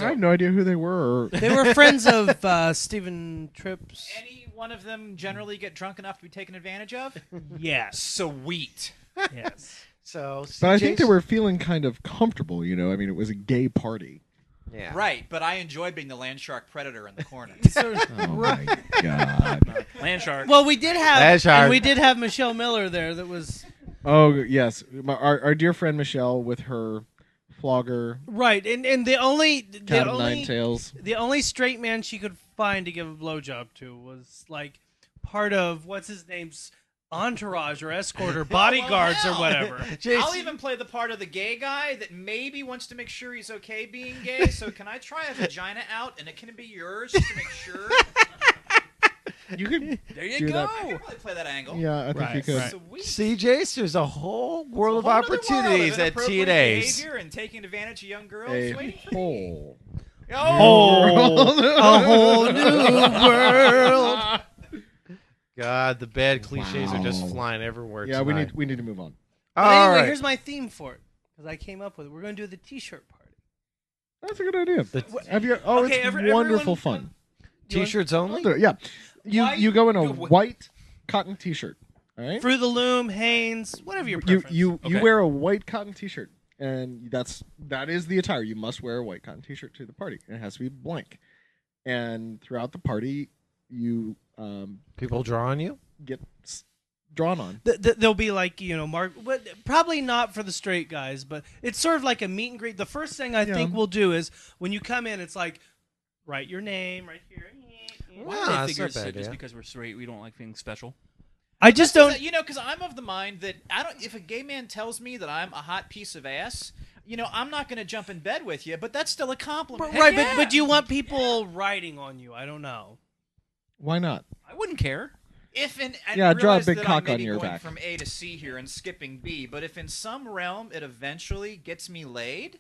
[SPEAKER 4] I have no idea who they were. Or...
[SPEAKER 3] [LAUGHS] They were friends [LAUGHS] of uh, Stephen Tripp's.
[SPEAKER 5] Any one of them generally get drunk enough to be taken
[SPEAKER 1] [LAUGHS]
[SPEAKER 5] advantage of?
[SPEAKER 3] Yes,
[SPEAKER 5] Sweet.
[SPEAKER 3] yes. [LAUGHS]
[SPEAKER 1] so.
[SPEAKER 4] But I think they
[SPEAKER 1] Jason-
[SPEAKER 4] were feeling kind of comfortable, you know. I mean, it was a gay party.
[SPEAKER 1] yeah.
[SPEAKER 5] Right, but I enjoy being the land shark predator in
[SPEAKER 1] [LAUGHS]
[SPEAKER 5] the corner.
[SPEAKER 4] Oh my god.
[SPEAKER 2] Land shark.
[SPEAKER 3] Well, we did have,
[SPEAKER 1] That's hard.
[SPEAKER 3] and we did have Michelle Miller there. That was
[SPEAKER 4] Oh yes, My- our our dear friend Michelle with her flogger
[SPEAKER 3] right, and and the only the
[SPEAKER 4] cat of nine
[SPEAKER 3] only
[SPEAKER 4] tails.
[SPEAKER 3] the only straight man she could find to give a blowjob to was like part of what's his name's entourage or [LAUGHS] escort or bodyguards or
[SPEAKER 5] hell.
[SPEAKER 3] whatever.
[SPEAKER 5] I'll even play the part of the gay guy that maybe wants to make sure he's okay being gay. So can I try a vagina out and it can be yours just to make sure?
[SPEAKER 4] You could,
[SPEAKER 2] there you
[SPEAKER 4] do
[SPEAKER 2] go.
[SPEAKER 4] that.
[SPEAKER 5] I can probably play that angle.
[SPEAKER 4] yeah, I think you
[SPEAKER 3] Right,
[SPEAKER 4] could.
[SPEAKER 3] right.
[SPEAKER 5] Sweet.
[SPEAKER 1] See, Jason, there's a whole world of
[SPEAKER 5] Whole nother world of
[SPEAKER 1] opportunities at
[SPEAKER 5] inappropriate
[SPEAKER 1] TNA's.
[SPEAKER 5] behavior and taking advantage of young girls.
[SPEAKER 4] A
[SPEAKER 5] Wait.
[SPEAKER 4] [LAUGHS] hole.
[SPEAKER 5] Oh,
[SPEAKER 3] a whole new world.
[SPEAKER 1] [LAUGHS] God, the bad cliches are just
[SPEAKER 4] Wow.
[SPEAKER 1] flying everywhere.
[SPEAKER 4] [LAUGHS] Yeah, we
[SPEAKER 1] tonight.
[SPEAKER 4] need we need to move on.
[SPEAKER 1] All
[SPEAKER 3] But anyway,
[SPEAKER 1] right.
[SPEAKER 3] here's my theme for it because I came up with it. We're going to do the T-shirt party.
[SPEAKER 4] That's a good idea.
[SPEAKER 1] The-
[SPEAKER 4] Have you, oh,
[SPEAKER 2] Okay,
[SPEAKER 4] it's
[SPEAKER 2] every-
[SPEAKER 4] wonderful
[SPEAKER 2] everyone-
[SPEAKER 4] fun.
[SPEAKER 1] T-shirts
[SPEAKER 4] I'll
[SPEAKER 1] only.
[SPEAKER 4] do it, Yeah, you
[SPEAKER 2] White-
[SPEAKER 4] you go in a
[SPEAKER 2] do wh-
[SPEAKER 4] white cotton T-shirt. All right.
[SPEAKER 3] Through the Loom, Haynes, whatever your
[SPEAKER 4] You
[SPEAKER 3] preference.
[SPEAKER 4] you you
[SPEAKER 2] Okay.
[SPEAKER 4] wear a white cotton T-shirt, and that's that is the attire. You must wear a white cotton T-shirt to the party. and It has to be blank. And throughout the party, you um,
[SPEAKER 1] People draw on you.
[SPEAKER 4] get s- drawn on.
[SPEAKER 3] Th- th- they'll be like you know mark what- probably not for the straight guys but it's sort of like a meet and greet the first thing i
[SPEAKER 4] Yeah.
[SPEAKER 3] think we'll do is when you come in it's like write your name right here
[SPEAKER 2] Why do
[SPEAKER 1] Nah,
[SPEAKER 2] they
[SPEAKER 1] that's
[SPEAKER 2] figure
[SPEAKER 1] not a bad
[SPEAKER 2] that just
[SPEAKER 1] idea.
[SPEAKER 2] because we're straight, we don't like being special?
[SPEAKER 3] i just don't
[SPEAKER 5] you know, because I'm of the mind that I don't. If a gay man tells me that I'm a hot piece of ass, you know, I'm not going to jump in bed with you. But that's still a compliment. Heck
[SPEAKER 3] right
[SPEAKER 5] yeah.
[SPEAKER 3] but, but do you want people writing on you i don't know
[SPEAKER 4] Why not?
[SPEAKER 2] I wouldn't care.
[SPEAKER 5] If in and
[SPEAKER 4] Yeah, draw a
[SPEAKER 5] realize
[SPEAKER 4] big
[SPEAKER 5] that
[SPEAKER 4] cock
[SPEAKER 5] I may
[SPEAKER 4] on
[SPEAKER 5] be
[SPEAKER 4] your
[SPEAKER 5] going
[SPEAKER 4] back.
[SPEAKER 5] from A to C here and skipping B, but if in some realm it eventually gets me laid,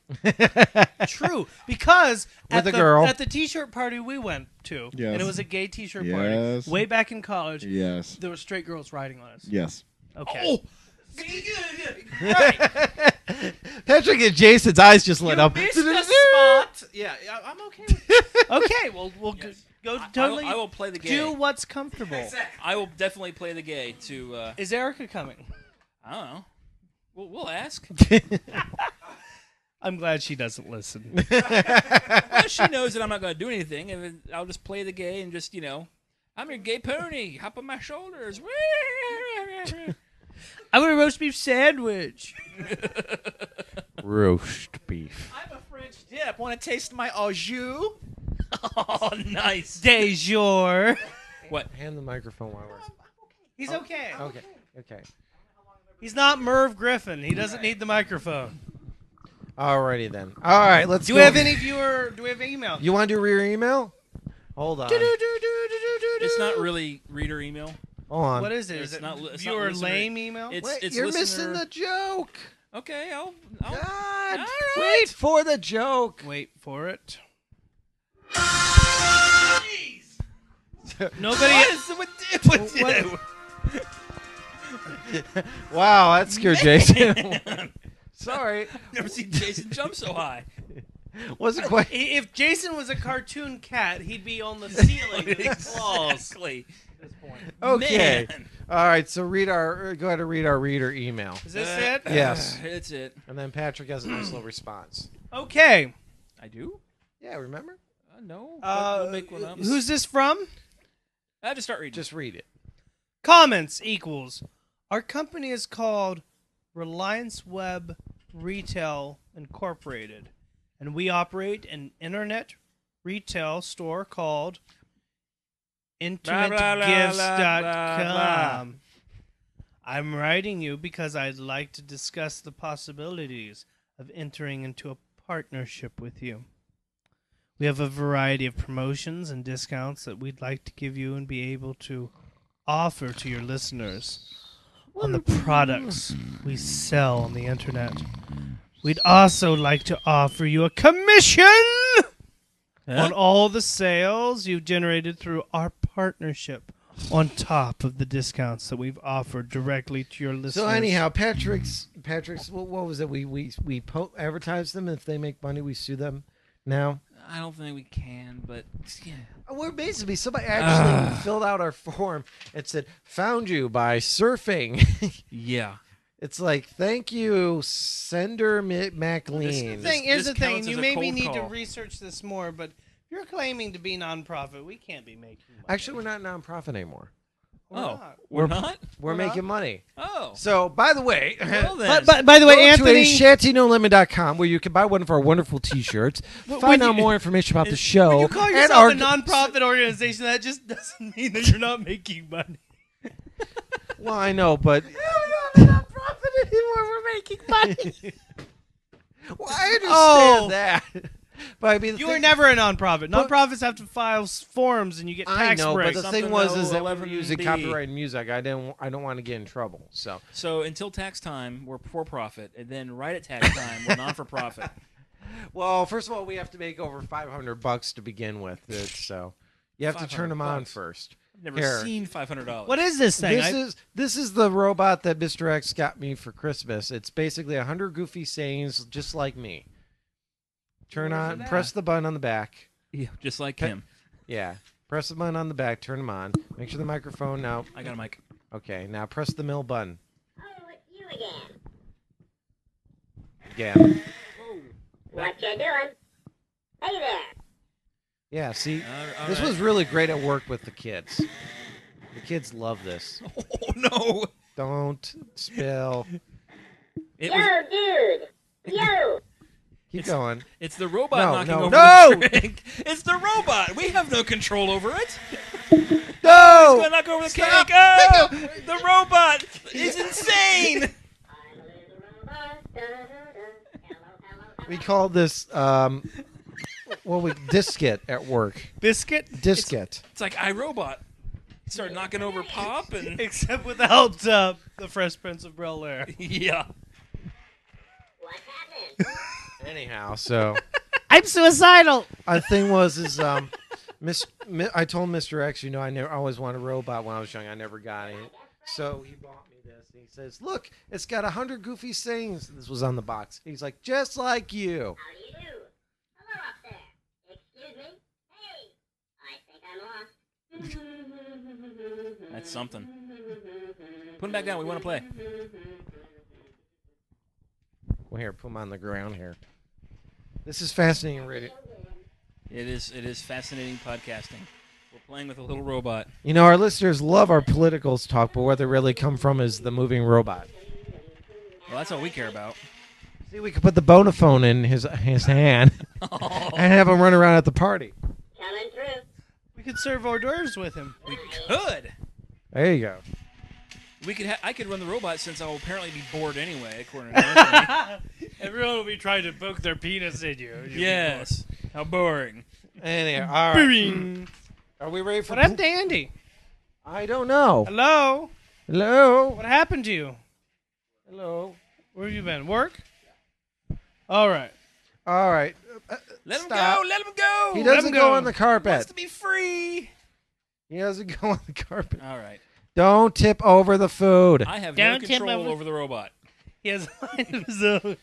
[SPEAKER 3] true [LAUGHS] because at
[SPEAKER 1] With a
[SPEAKER 3] the
[SPEAKER 1] girl.
[SPEAKER 3] at the t-shirt party we went to
[SPEAKER 4] Yes.
[SPEAKER 3] and it was a gay t-shirt
[SPEAKER 4] Yes.
[SPEAKER 3] party way back in college
[SPEAKER 4] Yes.
[SPEAKER 3] there were straight girls writing on us
[SPEAKER 4] Yes.
[SPEAKER 3] okay
[SPEAKER 1] Oh, [LAUGHS]
[SPEAKER 5] right,
[SPEAKER 1] Patrick and Jason's eyes just lit
[SPEAKER 5] you
[SPEAKER 1] up. [LAUGHS]
[SPEAKER 5] missed a spot. [LAUGHS] Yeah, I- I'm okay. With it.
[SPEAKER 3] okay well we'll go- go,
[SPEAKER 2] I-
[SPEAKER 3] totally
[SPEAKER 2] I, will, I will play the gay.
[SPEAKER 3] do what's comfortable
[SPEAKER 2] [LAUGHS] I will definitely play the gay to. Uh,
[SPEAKER 3] is erica coming
[SPEAKER 2] I don't know. We'll, we'll
[SPEAKER 3] [LAUGHS]
[SPEAKER 2] ask.
[SPEAKER 3] I'm glad she doesn't listen. [LAUGHS]
[SPEAKER 2] Well, she knows that I'm not going to do anything, and then I'll just play the gay and just you know, I'm your gay pony. Hop on my shoulders. [LAUGHS]
[SPEAKER 3] I want a roast beef sandwich.
[SPEAKER 1] Roast beef.
[SPEAKER 5] I'm a French dip. Want to taste my au jus?
[SPEAKER 2] oh, nice.
[SPEAKER 3] De jour.
[SPEAKER 1] Hand the microphone while we're.
[SPEAKER 3] He's okay.
[SPEAKER 2] Oh,
[SPEAKER 1] Okay. Okay.
[SPEAKER 3] He's not Merv Griffin. He doesn't need the microphone.
[SPEAKER 1] Alrighty then. All right. Let's.
[SPEAKER 3] Do
[SPEAKER 1] go.
[SPEAKER 3] we have any viewer? Do we have email?
[SPEAKER 1] You want to do your email? Hold on.
[SPEAKER 2] It's not really reader email.
[SPEAKER 1] Hold on.
[SPEAKER 3] What is it? Is
[SPEAKER 2] It's
[SPEAKER 3] it
[SPEAKER 2] not li- it's not
[SPEAKER 3] viewer
[SPEAKER 2] listener-
[SPEAKER 3] lame email?
[SPEAKER 2] It's
[SPEAKER 1] Wait,
[SPEAKER 2] it's
[SPEAKER 1] you're
[SPEAKER 2] listener-
[SPEAKER 1] missing the joke.
[SPEAKER 2] Okay, I'll. I'll
[SPEAKER 1] God,
[SPEAKER 2] All [LAUGHS]
[SPEAKER 1] wait for the joke.
[SPEAKER 3] Wait for it. Nobody. What-
[SPEAKER 1] [LAUGHS] Wow, that scared Jason. [LAUGHS] Sorry,
[SPEAKER 2] never seen Jason jump so high.
[SPEAKER 1] wasn't quite.
[SPEAKER 3] i- if Jason was a cartoon cat, he'd be on the [LAUGHS] ceiling with his claws.
[SPEAKER 2] Exactly.
[SPEAKER 1] Okay.
[SPEAKER 2] Man.
[SPEAKER 1] All right, so read our. er, Go ahead and read our reader email,
[SPEAKER 3] Is this
[SPEAKER 2] Uh,
[SPEAKER 3] it?
[SPEAKER 1] Yes.
[SPEAKER 2] That's it.
[SPEAKER 1] and then Patrick has a nice little response.
[SPEAKER 3] Okay.
[SPEAKER 2] I do?
[SPEAKER 1] Yeah, remember?
[SPEAKER 2] Uh, no.
[SPEAKER 3] Uh,
[SPEAKER 2] we'll make one up.
[SPEAKER 3] Who's this from?
[SPEAKER 2] I have to start reading.
[SPEAKER 1] Just read it.
[SPEAKER 3] comments equals our company is called Reliance Web Retail Incorporated, and we operate an internet retail store called
[SPEAKER 2] blah, blah, blah, blah, blah, blah.
[SPEAKER 3] IntimateGifts.com. I'm writing you because I'd like to discuss the possibilities of entering into a partnership with you. We have a variety of promotions and discounts that we'd like to give you and be able to offer to your listeners on the products we sell on the internet. We'd also like to offer you a commission on all the sales you've generated through our partnership on top of the discounts that we've offered directly to your listeners.
[SPEAKER 1] So anyhow, Patrick's Patrick's what, what was it? We we we po- advertise them. If they make money, we sue them. Now
[SPEAKER 2] I don't think we can, but yeah.
[SPEAKER 1] we're basically somebody actually filled out our form and said, "Found you by surfing." [LAUGHS]
[SPEAKER 2] Yeah.
[SPEAKER 1] it's like, thank you, Sender Mi-
[SPEAKER 2] This-
[SPEAKER 1] MacLean.
[SPEAKER 2] this-
[SPEAKER 3] thing here's the
[SPEAKER 2] this counts
[SPEAKER 3] thing.
[SPEAKER 2] as
[SPEAKER 3] You
[SPEAKER 2] a
[SPEAKER 3] maybe
[SPEAKER 2] cold
[SPEAKER 3] need to
[SPEAKER 2] call.
[SPEAKER 3] research this more, but if you're claiming to be nonprofit. We can't be making money.
[SPEAKER 1] Actually, we're not nonprofit anymore.
[SPEAKER 3] We're
[SPEAKER 2] oh,
[SPEAKER 3] not.
[SPEAKER 2] we're not.
[SPEAKER 1] We're
[SPEAKER 3] We're not?
[SPEAKER 1] making money.
[SPEAKER 2] Oh,
[SPEAKER 1] So, by the way, [LAUGHS]
[SPEAKER 2] well then.
[SPEAKER 3] But, but by the way, Anthony,
[SPEAKER 1] shantynolemon.com where you can buy one of our wonderful
[SPEAKER 3] [LAUGHS]
[SPEAKER 1] t-shirts, find
[SPEAKER 3] when
[SPEAKER 1] out
[SPEAKER 3] you-
[SPEAKER 1] more information about the
[SPEAKER 2] when
[SPEAKER 1] show,
[SPEAKER 3] when you call
[SPEAKER 1] and
[SPEAKER 3] yourself
[SPEAKER 1] our
[SPEAKER 3] a nonprofit organization, that just [LAUGHS] doesn't mean that you're not making money.
[SPEAKER 1] Well, I know,
[SPEAKER 3] [LAUGHS]
[SPEAKER 1] but
[SPEAKER 6] profit anymore. We're
[SPEAKER 1] [LAUGHS]
[SPEAKER 6] making money.
[SPEAKER 1] well, I understand
[SPEAKER 3] Oh.
[SPEAKER 1] that. [LAUGHS] But I mean, the
[SPEAKER 3] You
[SPEAKER 1] thing,
[SPEAKER 3] are never a nonprofit.
[SPEAKER 1] But-
[SPEAKER 3] Nonprofits have to file s- forms, and you get
[SPEAKER 1] I
[SPEAKER 3] tax
[SPEAKER 1] know, but
[SPEAKER 3] breaks.
[SPEAKER 1] the thing
[SPEAKER 2] Something
[SPEAKER 1] was is that we were
[SPEAKER 2] 11B.
[SPEAKER 1] using copyrighted music. I didn't. I don't want to get in trouble. So
[SPEAKER 2] so until tax time, we're for profit, and then right at tax time, we're non for profit.
[SPEAKER 1] Well, first of all, we have to make over five hundred bucks to begin with. It, so you have to turn
[SPEAKER 2] 500
[SPEAKER 1] them on
[SPEAKER 2] bucks.
[SPEAKER 1] first.
[SPEAKER 2] Never
[SPEAKER 1] Here.
[SPEAKER 2] seen five hundred dollars.
[SPEAKER 3] what is this thing?
[SPEAKER 1] This is this is the robot that Mr. X got me for Christmas. It's basically hundred goofy sayings, just like me. Turn on, press the button on the back.
[SPEAKER 2] Yeah, just like him.
[SPEAKER 1] Yeah, press the button on the back. Turn them on. Make sure the microphone now.
[SPEAKER 2] I got a mic.
[SPEAKER 1] Okay, now press the mill button
[SPEAKER 7] Oh, it's you again.
[SPEAKER 1] again.
[SPEAKER 7] What you doing? Hey there.
[SPEAKER 1] Yeah, see,
[SPEAKER 2] All- all
[SPEAKER 1] this
[SPEAKER 2] right.
[SPEAKER 1] was [LAUGHS] really great at work with the kids. The kids love this.
[SPEAKER 2] Oh no!
[SPEAKER 1] Don't spill.
[SPEAKER 2] It
[SPEAKER 7] Yo,
[SPEAKER 2] was,
[SPEAKER 7] dude. Yo.
[SPEAKER 1] Keep going.
[SPEAKER 2] it's the robot
[SPEAKER 1] No,
[SPEAKER 2] knocking
[SPEAKER 1] no,
[SPEAKER 2] over the drink. [LAUGHS] It's the robot. We have no control over it.
[SPEAKER 1] No!
[SPEAKER 2] Gonna knock over the cake. Oh, the robot is
[SPEAKER 1] [LAUGHS]
[SPEAKER 2] insane.
[SPEAKER 7] I'm a little robot. Da-da-da. Hello, hello, hello.
[SPEAKER 1] We called this um well we disket at work.
[SPEAKER 3] biscuit, [LAUGHS]
[SPEAKER 1] Disket.
[SPEAKER 2] It's like iRobot. He started knocking over
[SPEAKER 1] [LAUGHS]
[SPEAKER 2] Pop and
[SPEAKER 3] except without uh, the Fresh Prince of Bel Air.
[SPEAKER 2] yeah.
[SPEAKER 7] What's happening?
[SPEAKER 1] Anyhow, so
[SPEAKER 3] I'm suicidal.
[SPEAKER 1] [LAUGHS] our thing was is um Miss Mi- I told Mr. X, you know, I never I always wanted a robot when I was young. I never got it. So he bought me this and he says, Look, it's got a hundred goofy sayings. This was on the box. He's like, just like you.
[SPEAKER 7] How do you do? Hello up there. Excuse me? Hey. I think I'm lost.
[SPEAKER 2] That's something. Put him back down. We want to play.
[SPEAKER 1] Well here, put him on the ground here. This is fascinating radio.
[SPEAKER 2] It is. It is fascinating podcasting. We're playing with a little robot.
[SPEAKER 1] You know, our listeners love our political talk, but where they really come from is the moving robot.
[SPEAKER 2] Well, that's all we care about. [LAUGHS]
[SPEAKER 1] See, we could put the bonaphone in his his hand and have him run around at the party.
[SPEAKER 7] Coming through.
[SPEAKER 3] We could serve hors d'oeuvres with him.
[SPEAKER 2] We could.
[SPEAKER 1] There you go.
[SPEAKER 2] We could. Ha- I could run the robot since I'll apparently be bored anyway, according [LAUGHS] to Anthony.
[SPEAKER 3] [LAUGHS] Everyone will be trying to poke their penis in you. You'll be
[SPEAKER 2] yes. How boring.
[SPEAKER 1] Anyway, all
[SPEAKER 3] bored.
[SPEAKER 1] right.
[SPEAKER 3] Bing.
[SPEAKER 1] Are we ready for?
[SPEAKER 3] What happened to Andy?
[SPEAKER 1] I don't know.
[SPEAKER 3] Hello.
[SPEAKER 1] Hello.
[SPEAKER 3] What happened to you?
[SPEAKER 1] Hello.
[SPEAKER 3] Where have you been? Work. All right.
[SPEAKER 1] All right. Uh,
[SPEAKER 2] Let him
[SPEAKER 1] Stop.
[SPEAKER 2] go. Let him go.
[SPEAKER 1] He
[SPEAKER 3] Let
[SPEAKER 1] doesn't
[SPEAKER 3] him
[SPEAKER 1] go.
[SPEAKER 3] go.
[SPEAKER 1] on the
[SPEAKER 2] He wants
[SPEAKER 1] carpet.
[SPEAKER 2] to be free.
[SPEAKER 1] He doesn't go on the carpet.
[SPEAKER 2] All right.
[SPEAKER 1] Don't tip over the food.
[SPEAKER 2] I have
[SPEAKER 3] Don't
[SPEAKER 2] no
[SPEAKER 3] tip
[SPEAKER 2] control
[SPEAKER 3] over-
[SPEAKER 2] over the robot.
[SPEAKER 3] He has a [LAUGHS] line of his own.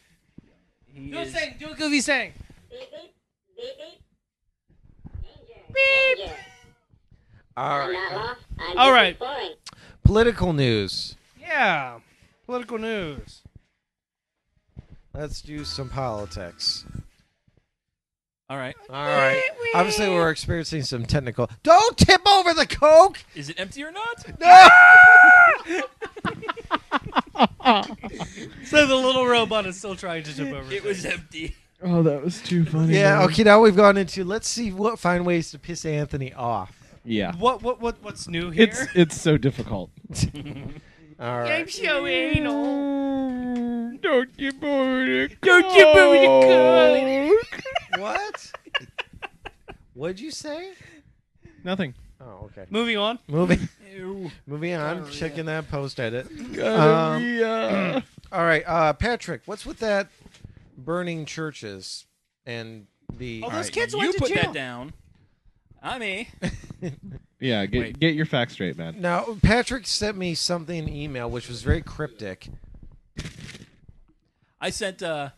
[SPEAKER 2] He
[SPEAKER 3] Do a
[SPEAKER 2] is-
[SPEAKER 3] saying. Do a goofy saying.
[SPEAKER 7] Beep, beep. Beep, beep. Danger. Beep. Danger.
[SPEAKER 1] All
[SPEAKER 7] I'm
[SPEAKER 1] right.
[SPEAKER 7] not lost. I'm
[SPEAKER 3] All
[SPEAKER 7] just
[SPEAKER 3] right.
[SPEAKER 7] exploring.
[SPEAKER 1] Political news.
[SPEAKER 3] Yeah. Political news.
[SPEAKER 1] Let's do some politics.
[SPEAKER 2] All right.
[SPEAKER 1] All right. Obviously, we're experiencing some technical. Don't tip over the coke.
[SPEAKER 2] Is it empty or not?
[SPEAKER 1] No.
[SPEAKER 3] So the little robot is still trying to jump
[SPEAKER 2] [LAUGHS]
[SPEAKER 3] over.
[SPEAKER 2] It was empty.
[SPEAKER 4] Oh, that was too funny.
[SPEAKER 1] Yeah, okay, now we've gone into let's see what find ways to piss Anthony off.
[SPEAKER 4] Yeah.
[SPEAKER 3] [LAUGHS] What what what what's new here?
[SPEAKER 4] It's it's so difficult.
[SPEAKER 1] All right.
[SPEAKER 3] so anal.
[SPEAKER 1] Don't you boo
[SPEAKER 3] Don't you
[SPEAKER 2] [LAUGHS]
[SPEAKER 3] boo
[SPEAKER 6] What?
[SPEAKER 1] What'd you say?
[SPEAKER 4] Nothing.
[SPEAKER 1] Oh, okay.
[SPEAKER 3] Moving on.
[SPEAKER 4] [LAUGHS]
[SPEAKER 1] Moving, moving on. [LAUGHS] Checking that post edit.
[SPEAKER 4] Gonorrhea. [CLEARS THROAT]
[SPEAKER 1] All right, uh, Patrick. What's with that burning churches and the?
[SPEAKER 2] Oh,
[SPEAKER 1] All
[SPEAKER 2] those
[SPEAKER 1] right,
[SPEAKER 2] kids
[SPEAKER 1] you-
[SPEAKER 2] went to
[SPEAKER 3] put
[SPEAKER 2] jail.
[SPEAKER 3] that
[SPEAKER 2] down. I mean,
[SPEAKER 4] yeah, get
[SPEAKER 2] Wait.
[SPEAKER 4] get your facts straight, man.
[SPEAKER 1] Now, Patrick sent me something in email which was very cryptic.
[SPEAKER 2] I sent. Uh,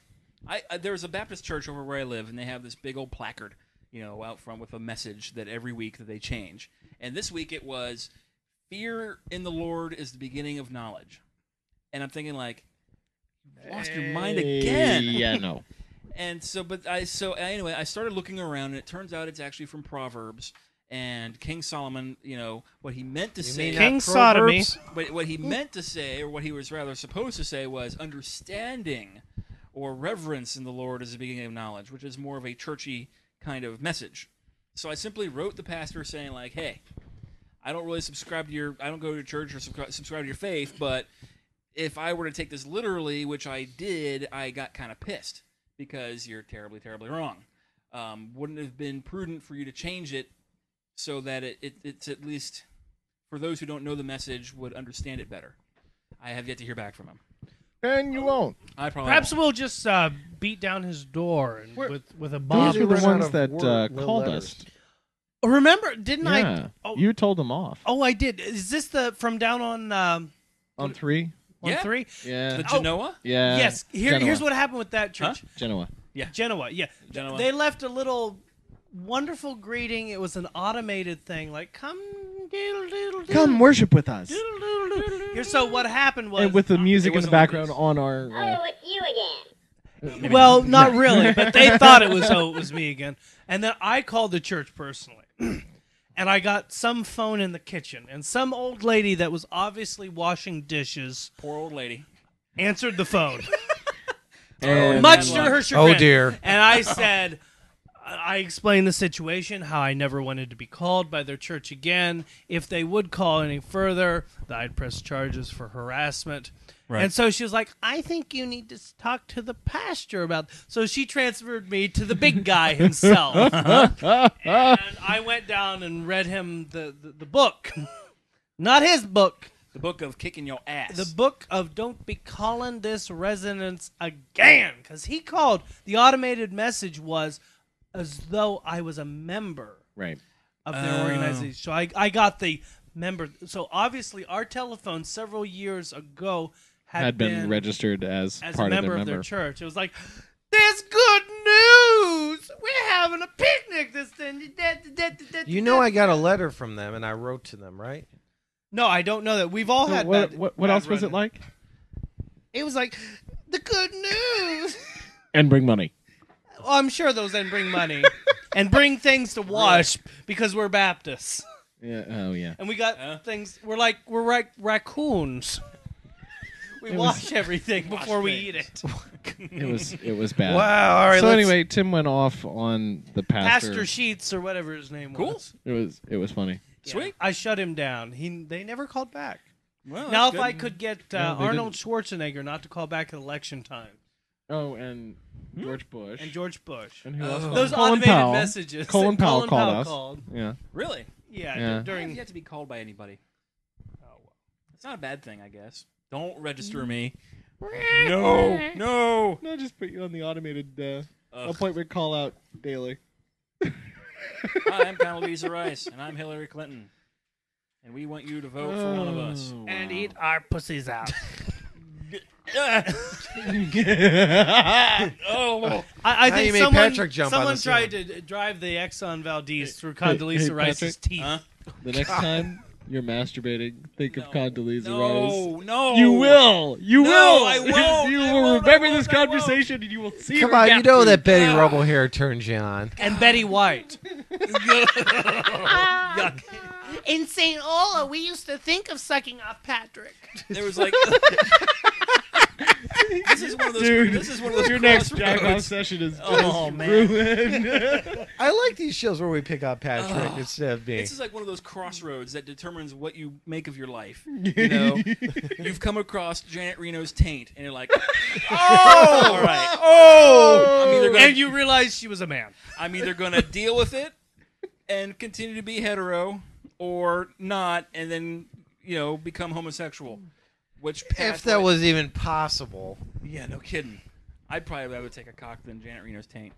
[SPEAKER 2] I uh, there was a Baptist church over where I live, and they have this big old placard, you know, out front with a message that every week that they change. And this week it was, "Fear in the Lord is the beginning of knowledge." And I'm thinking like, you lost your mind again.
[SPEAKER 4] Yeah, no.
[SPEAKER 2] And so, but I so anyway, I started looking around, and it turns out it's actually from Proverbs and King Solomon. You know what he meant to say.
[SPEAKER 1] mean
[SPEAKER 3] King
[SPEAKER 1] Not
[SPEAKER 3] Sodomy.
[SPEAKER 1] Proverbs.
[SPEAKER 2] But what he meant to say, or what he was rather supposed to say, was understanding or reverence in the Lord is the beginning of knowledge, which is more of a churchy kind of message. So I simply wrote the pastor saying, like, hey, I don't really subscribe to your, I don't go to church or subscri- subscribe to your faith, but if I were to take this literally, which I did, I got kind of pissed because you're terribly, terribly wrong. Um, wouldn't it have been prudent for you to change it so that it, it it's at least for those who don't know the message would understand it better. I have yet to hear back from him.
[SPEAKER 4] And
[SPEAKER 3] Oh,
[SPEAKER 4] you won't.
[SPEAKER 2] I probably
[SPEAKER 3] Perhaps
[SPEAKER 2] won't.
[SPEAKER 3] we'll just uh, beat down his door and with with a
[SPEAKER 4] Those
[SPEAKER 3] bomb.
[SPEAKER 4] are
[SPEAKER 1] ran
[SPEAKER 4] the
[SPEAKER 1] out
[SPEAKER 4] ones
[SPEAKER 1] of
[SPEAKER 4] that
[SPEAKER 1] word-
[SPEAKER 4] uh,
[SPEAKER 1] little
[SPEAKER 4] called
[SPEAKER 1] letters.
[SPEAKER 4] us.
[SPEAKER 3] Oh, remember, didn't
[SPEAKER 4] Yeah,
[SPEAKER 3] I? Oh,
[SPEAKER 4] you told them off
[SPEAKER 3] oh, I did. Is this the from down on um,
[SPEAKER 4] on three.
[SPEAKER 3] on
[SPEAKER 2] Yeah.
[SPEAKER 3] three?
[SPEAKER 4] Yeah,
[SPEAKER 2] the
[SPEAKER 3] Oh.
[SPEAKER 2] Genoa.
[SPEAKER 4] yeah.
[SPEAKER 3] yes. Here,
[SPEAKER 4] Uh, Genoa.
[SPEAKER 3] here's what happened with that church.
[SPEAKER 4] Genoa.
[SPEAKER 3] Genoa. Yeah.
[SPEAKER 2] Genoa.
[SPEAKER 3] They left a little wonderful greeting. It was an automated thing, like "Come, doodle, doodle, doodle,
[SPEAKER 4] Come worship with us,
[SPEAKER 3] doodle, doodle, doodle." Here, so what happened was
[SPEAKER 4] and with the music in the
[SPEAKER 2] wasn't like
[SPEAKER 4] background
[SPEAKER 2] this.
[SPEAKER 4] on our. uh,
[SPEAKER 7] Oh, it's you again.
[SPEAKER 3] Well, not really, but they thought it was oh, it was me again. And then I called the church personally. [CLEARS THROAT] And I got some phone in the kitchen, and some old lady that was obviously washing dishes
[SPEAKER 2] Poor old lady.
[SPEAKER 3] answered the phone,
[SPEAKER 4] and-
[SPEAKER 3] much to her chagrin.
[SPEAKER 1] Oh dear.
[SPEAKER 3] And I said, I explained the situation, how I never wanted to be called by their church again. If they would call any further, that I'd press charges for harassment. And so she was like, I think you need to s- talk to the pastor about. So she transferred me to the big guy himself. and I went down and read him the, the, the book. [LAUGHS] Not his book,
[SPEAKER 2] The book of kicking your ass.
[SPEAKER 3] the book of don't be calling this resonance again because he called the automated message was as though i was a member
[SPEAKER 4] Right.
[SPEAKER 3] of
[SPEAKER 4] Oh.
[SPEAKER 3] their organization so I, I got the member so obviously our telephone several years ago had,
[SPEAKER 4] Had been registered as,
[SPEAKER 3] as
[SPEAKER 4] part
[SPEAKER 3] a member
[SPEAKER 4] of
[SPEAKER 3] of
[SPEAKER 4] their member.
[SPEAKER 3] their church it was like there's good news we're having a picnic this thing
[SPEAKER 1] You know, I got a letter from them and I wrote to them, right?
[SPEAKER 3] no i don't know that we've all
[SPEAKER 4] So
[SPEAKER 3] had
[SPEAKER 4] Oh, what
[SPEAKER 3] bad-
[SPEAKER 4] what, what
[SPEAKER 3] bad
[SPEAKER 4] else was it
[SPEAKER 3] run-ins.
[SPEAKER 4] like?
[SPEAKER 3] it was like the good news
[SPEAKER 4] And bring money.
[SPEAKER 3] Oh, I'm sure those then bring money
[SPEAKER 4] [LAUGHS]
[SPEAKER 3] and bring things to wash because we're Baptists
[SPEAKER 4] Yeah. Oh yeah.
[SPEAKER 3] and we got
[SPEAKER 2] Huh?
[SPEAKER 3] things. We're like we're like raccoons. We wash
[SPEAKER 4] [LAUGHS]
[SPEAKER 3] everything before we eat it.
[SPEAKER 4] It was it was bad.
[SPEAKER 1] Wow. All right.
[SPEAKER 4] so
[SPEAKER 1] let's-
[SPEAKER 4] anyway, Tim went off on the pastor.
[SPEAKER 3] Pastor Sheets or whatever his name
[SPEAKER 2] Cool.
[SPEAKER 3] was.
[SPEAKER 4] it was it was funny.
[SPEAKER 3] Yeah.
[SPEAKER 2] Sweet.
[SPEAKER 3] I shut him down. He they never called back.
[SPEAKER 2] Well,
[SPEAKER 3] now if
[SPEAKER 2] that's
[SPEAKER 3] I
[SPEAKER 2] good.
[SPEAKER 3] could get uh,
[SPEAKER 4] Oh, No, they
[SPEAKER 3] Arnold Schwarzenegger not to call back at election time
[SPEAKER 4] Oh, and George Bush.
[SPEAKER 3] and George Bush.
[SPEAKER 4] And who else?
[SPEAKER 3] Those
[SPEAKER 4] Colin
[SPEAKER 3] automated
[SPEAKER 4] Powell.
[SPEAKER 3] messages.
[SPEAKER 4] Colin
[SPEAKER 3] that
[SPEAKER 4] Powell
[SPEAKER 3] [LAUGHS] Colin
[SPEAKER 4] called
[SPEAKER 3] Powell
[SPEAKER 4] us.
[SPEAKER 3] called.
[SPEAKER 4] Yeah.
[SPEAKER 2] really,
[SPEAKER 3] Yeah,
[SPEAKER 4] Yeah.
[SPEAKER 2] I have
[SPEAKER 3] during
[SPEAKER 2] yet to be called by anybody.
[SPEAKER 4] Oh,
[SPEAKER 2] It's not a bad thing, I guess. Don't register me. no, no.
[SPEAKER 4] No, just put you on the automated uh,
[SPEAKER 2] Ugh.
[SPEAKER 4] appointment call out daily.
[SPEAKER 2] Hi, I'm Condoleezza Rice, and I'm Hillary Clinton, and we want you to vote for one
[SPEAKER 4] Oh.
[SPEAKER 2] of us.
[SPEAKER 3] and
[SPEAKER 4] [LAUGHS]
[SPEAKER 3] eat our pussies out.
[SPEAKER 2] Oh,
[SPEAKER 3] I, I
[SPEAKER 1] Now
[SPEAKER 3] think
[SPEAKER 1] you made
[SPEAKER 3] someone,
[SPEAKER 1] Patrick jump on
[SPEAKER 3] someone
[SPEAKER 1] the
[SPEAKER 3] tried to d- drive the Exxon Valdez through Condoleezza
[SPEAKER 4] hey,
[SPEAKER 3] Rice's
[SPEAKER 4] Patrick?
[SPEAKER 3] teeth.
[SPEAKER 2] Huh?
[SPEAKER 4] The next time you're masturbating, think of Condoleezza Rice.
[SPEAKER 2] no, no.
[SPEAKER 4] You will. You
[SPEAKER 2] No,
[SPEAKER 4] will. [LAUGHS]
[SPEAKER 2] I won't.
[SPEAKER 4] you
[SPEAKER 2] I
[SPEAKER 4] will
[SPEAKER 2] won't, I
[SPEAKER 4] remember
[SPEAKER 2] won't,
[SPEAKER 4] this
[SPEAKER 2] I won't.
[SPEAKER 4] conversation, and you will see.
[SPEAKER 1] Come
[SPEAKER 4] her
[SPEAKER 1] on, you
[SPEAKER 4] back
[SPEAKER 1] know
[SPEAKER 4] to
[SPEAKER 1] that Betty Rubble hair turns you on.
[SPEAKER 3] And Betty White.
[SPEAKER 8] In St.
[SPEAKER 4] [LAUGHS]
[SPEAKER 8] Ola, we used to think of sucking off Patrick.
[SPEAKER 2] There was like This is one of those.
[SPEAKER 4] Dude,
[SPEAKER 2] this is one of those [LAUGHS]
[SPEAKER 4] Your next
[SPEAKER 2] crossroads.
[SPEAKER 4] jack off session is just
[SPEAKER 2] Oh, man.
[SPEAKER 4] ruined.
[SPEAKER 1] I like these shows where we pick on Patrick
[SPEAKER 2] Ugh.
[SPEAKER 1] instead of me.
[SPEAKER 2] This is like one of those crossroads that determines what you make of your
[SPEAKER 4] [LAUGHS]
[SPEAKER 2] life. [LAUGHS] You know, you've come across Janet Reno's taint, and you're
[SPEAKER 4] [LAUGHS]
[SPEAKER 2] like, oh, all right.
[SPEAKER 3] Oh!
[SPEAKER 2] I'm either gonna-
[SPEAKER 3] And you realize she was a man.
[SPEAKER 2] I'm either going to deal with it and continue to be hetero, or not, and then you know become homosexual. Which path
[SPEAKER 1] if that
[SPEAKER 2] would-
[SPEAKER 1] was even possible.
[SPEAKER 2] yeah, no kidding. I'd probably rather take a cock than Janet Reno's taint.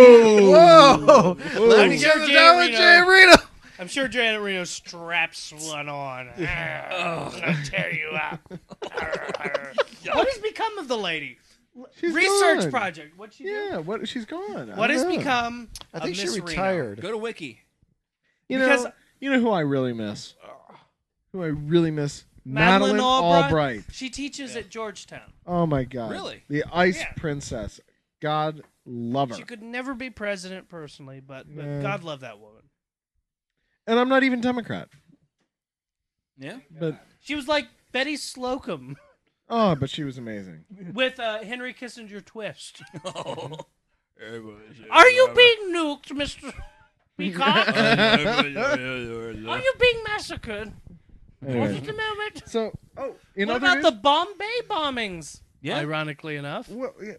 [SPEAKER 1] Whoa! Let me
[SPEAKER 3] I'm
[SPEAKER 1] get
[SPEAKER 3] sure
[SPEAKER 1] the
[SPEAKER 3] Janet
[SPEAKER 1] down with
[SPEAKER 3] Reno-
[SPEAKER 1] Jay Reno.
[SPEAKER 3] I'm sure Janet Reno straps one [LAUGHS] on. Arr, I'll tear you up. Arr, arr. [LAUGHS] what has become of the lady?
[SPEAKER 4] She's
[SPEAKER 3] Research
[SPEAKER 4] gone.
[SPEAKER 3] project. What she do?
[SPEAKER 4] Yeah, what she's gone. I
[SPEAKER 3] What
[SPEAKER 4] don't
[SPEAKER 3] has
[SPEAKER 4] know.
[SPEAKER 3] become?
[SPEAKER 1] I
[SPEAKER 3] of
[SPEAKER 1] think she
[SPEAKER 3] Miss Reno?
[SPEAKER 1] retired.
[SPEAKER 2] Go to Wiki.
[SPEAKER 4] You know,
[SPEAKER 3] Because-
[SPEAKER 4] you know who I really miss. Who I really miss.
[SPEAKER 3] Madeline, Albright.
[SPEAKER 4] Albright.
[SPEAKER 3] She teaches at Georgetown.
[SPEAKER 4] Oh my God.
[SPEAKER 2] Really?
[SPEAKER 4] The Ice
[SPEAKER 3] Yeah.
[SPEAKER 4] Princess. God love her.
[SPEAKER 3] She could never be president personally, but, but
[SPEAKER 4] Yeah.
[SPEAKER 3] God love that woman.
[SPEAKER 4] And I'm not even Democrat.
[SPEAKER 2] Yeah.
[SPEAKER 4] But
[SPEAKER 3] She was like Betty Slocum [LAUGHS]
[SPEAKER 4] oh, but she was amazing.
[SPEAKER 3] with uh, Henry Kissinger [LAUGHS] twist.
[SPEAKER 2] Are
[SPEAKER 3] Are you being nuked, Mr. [LAUGHS] Peacock? Are you being massacred?
[SPEAKER 4] Anyway,
[SPEAKER 3] Just a moment.
[SPEAKER 4] so, oh, in
[SPEAKER 3] what
[SPEAKER 4] other
[SPEAKER 3] about
[SPEAKER 4] news-
[SPEAKER 3] the Bombay bombings?
[SPEAKER 2] Yeah.
[SPEAKER 3] Ironically enough.
[SPEAKER 4] Well, yeah,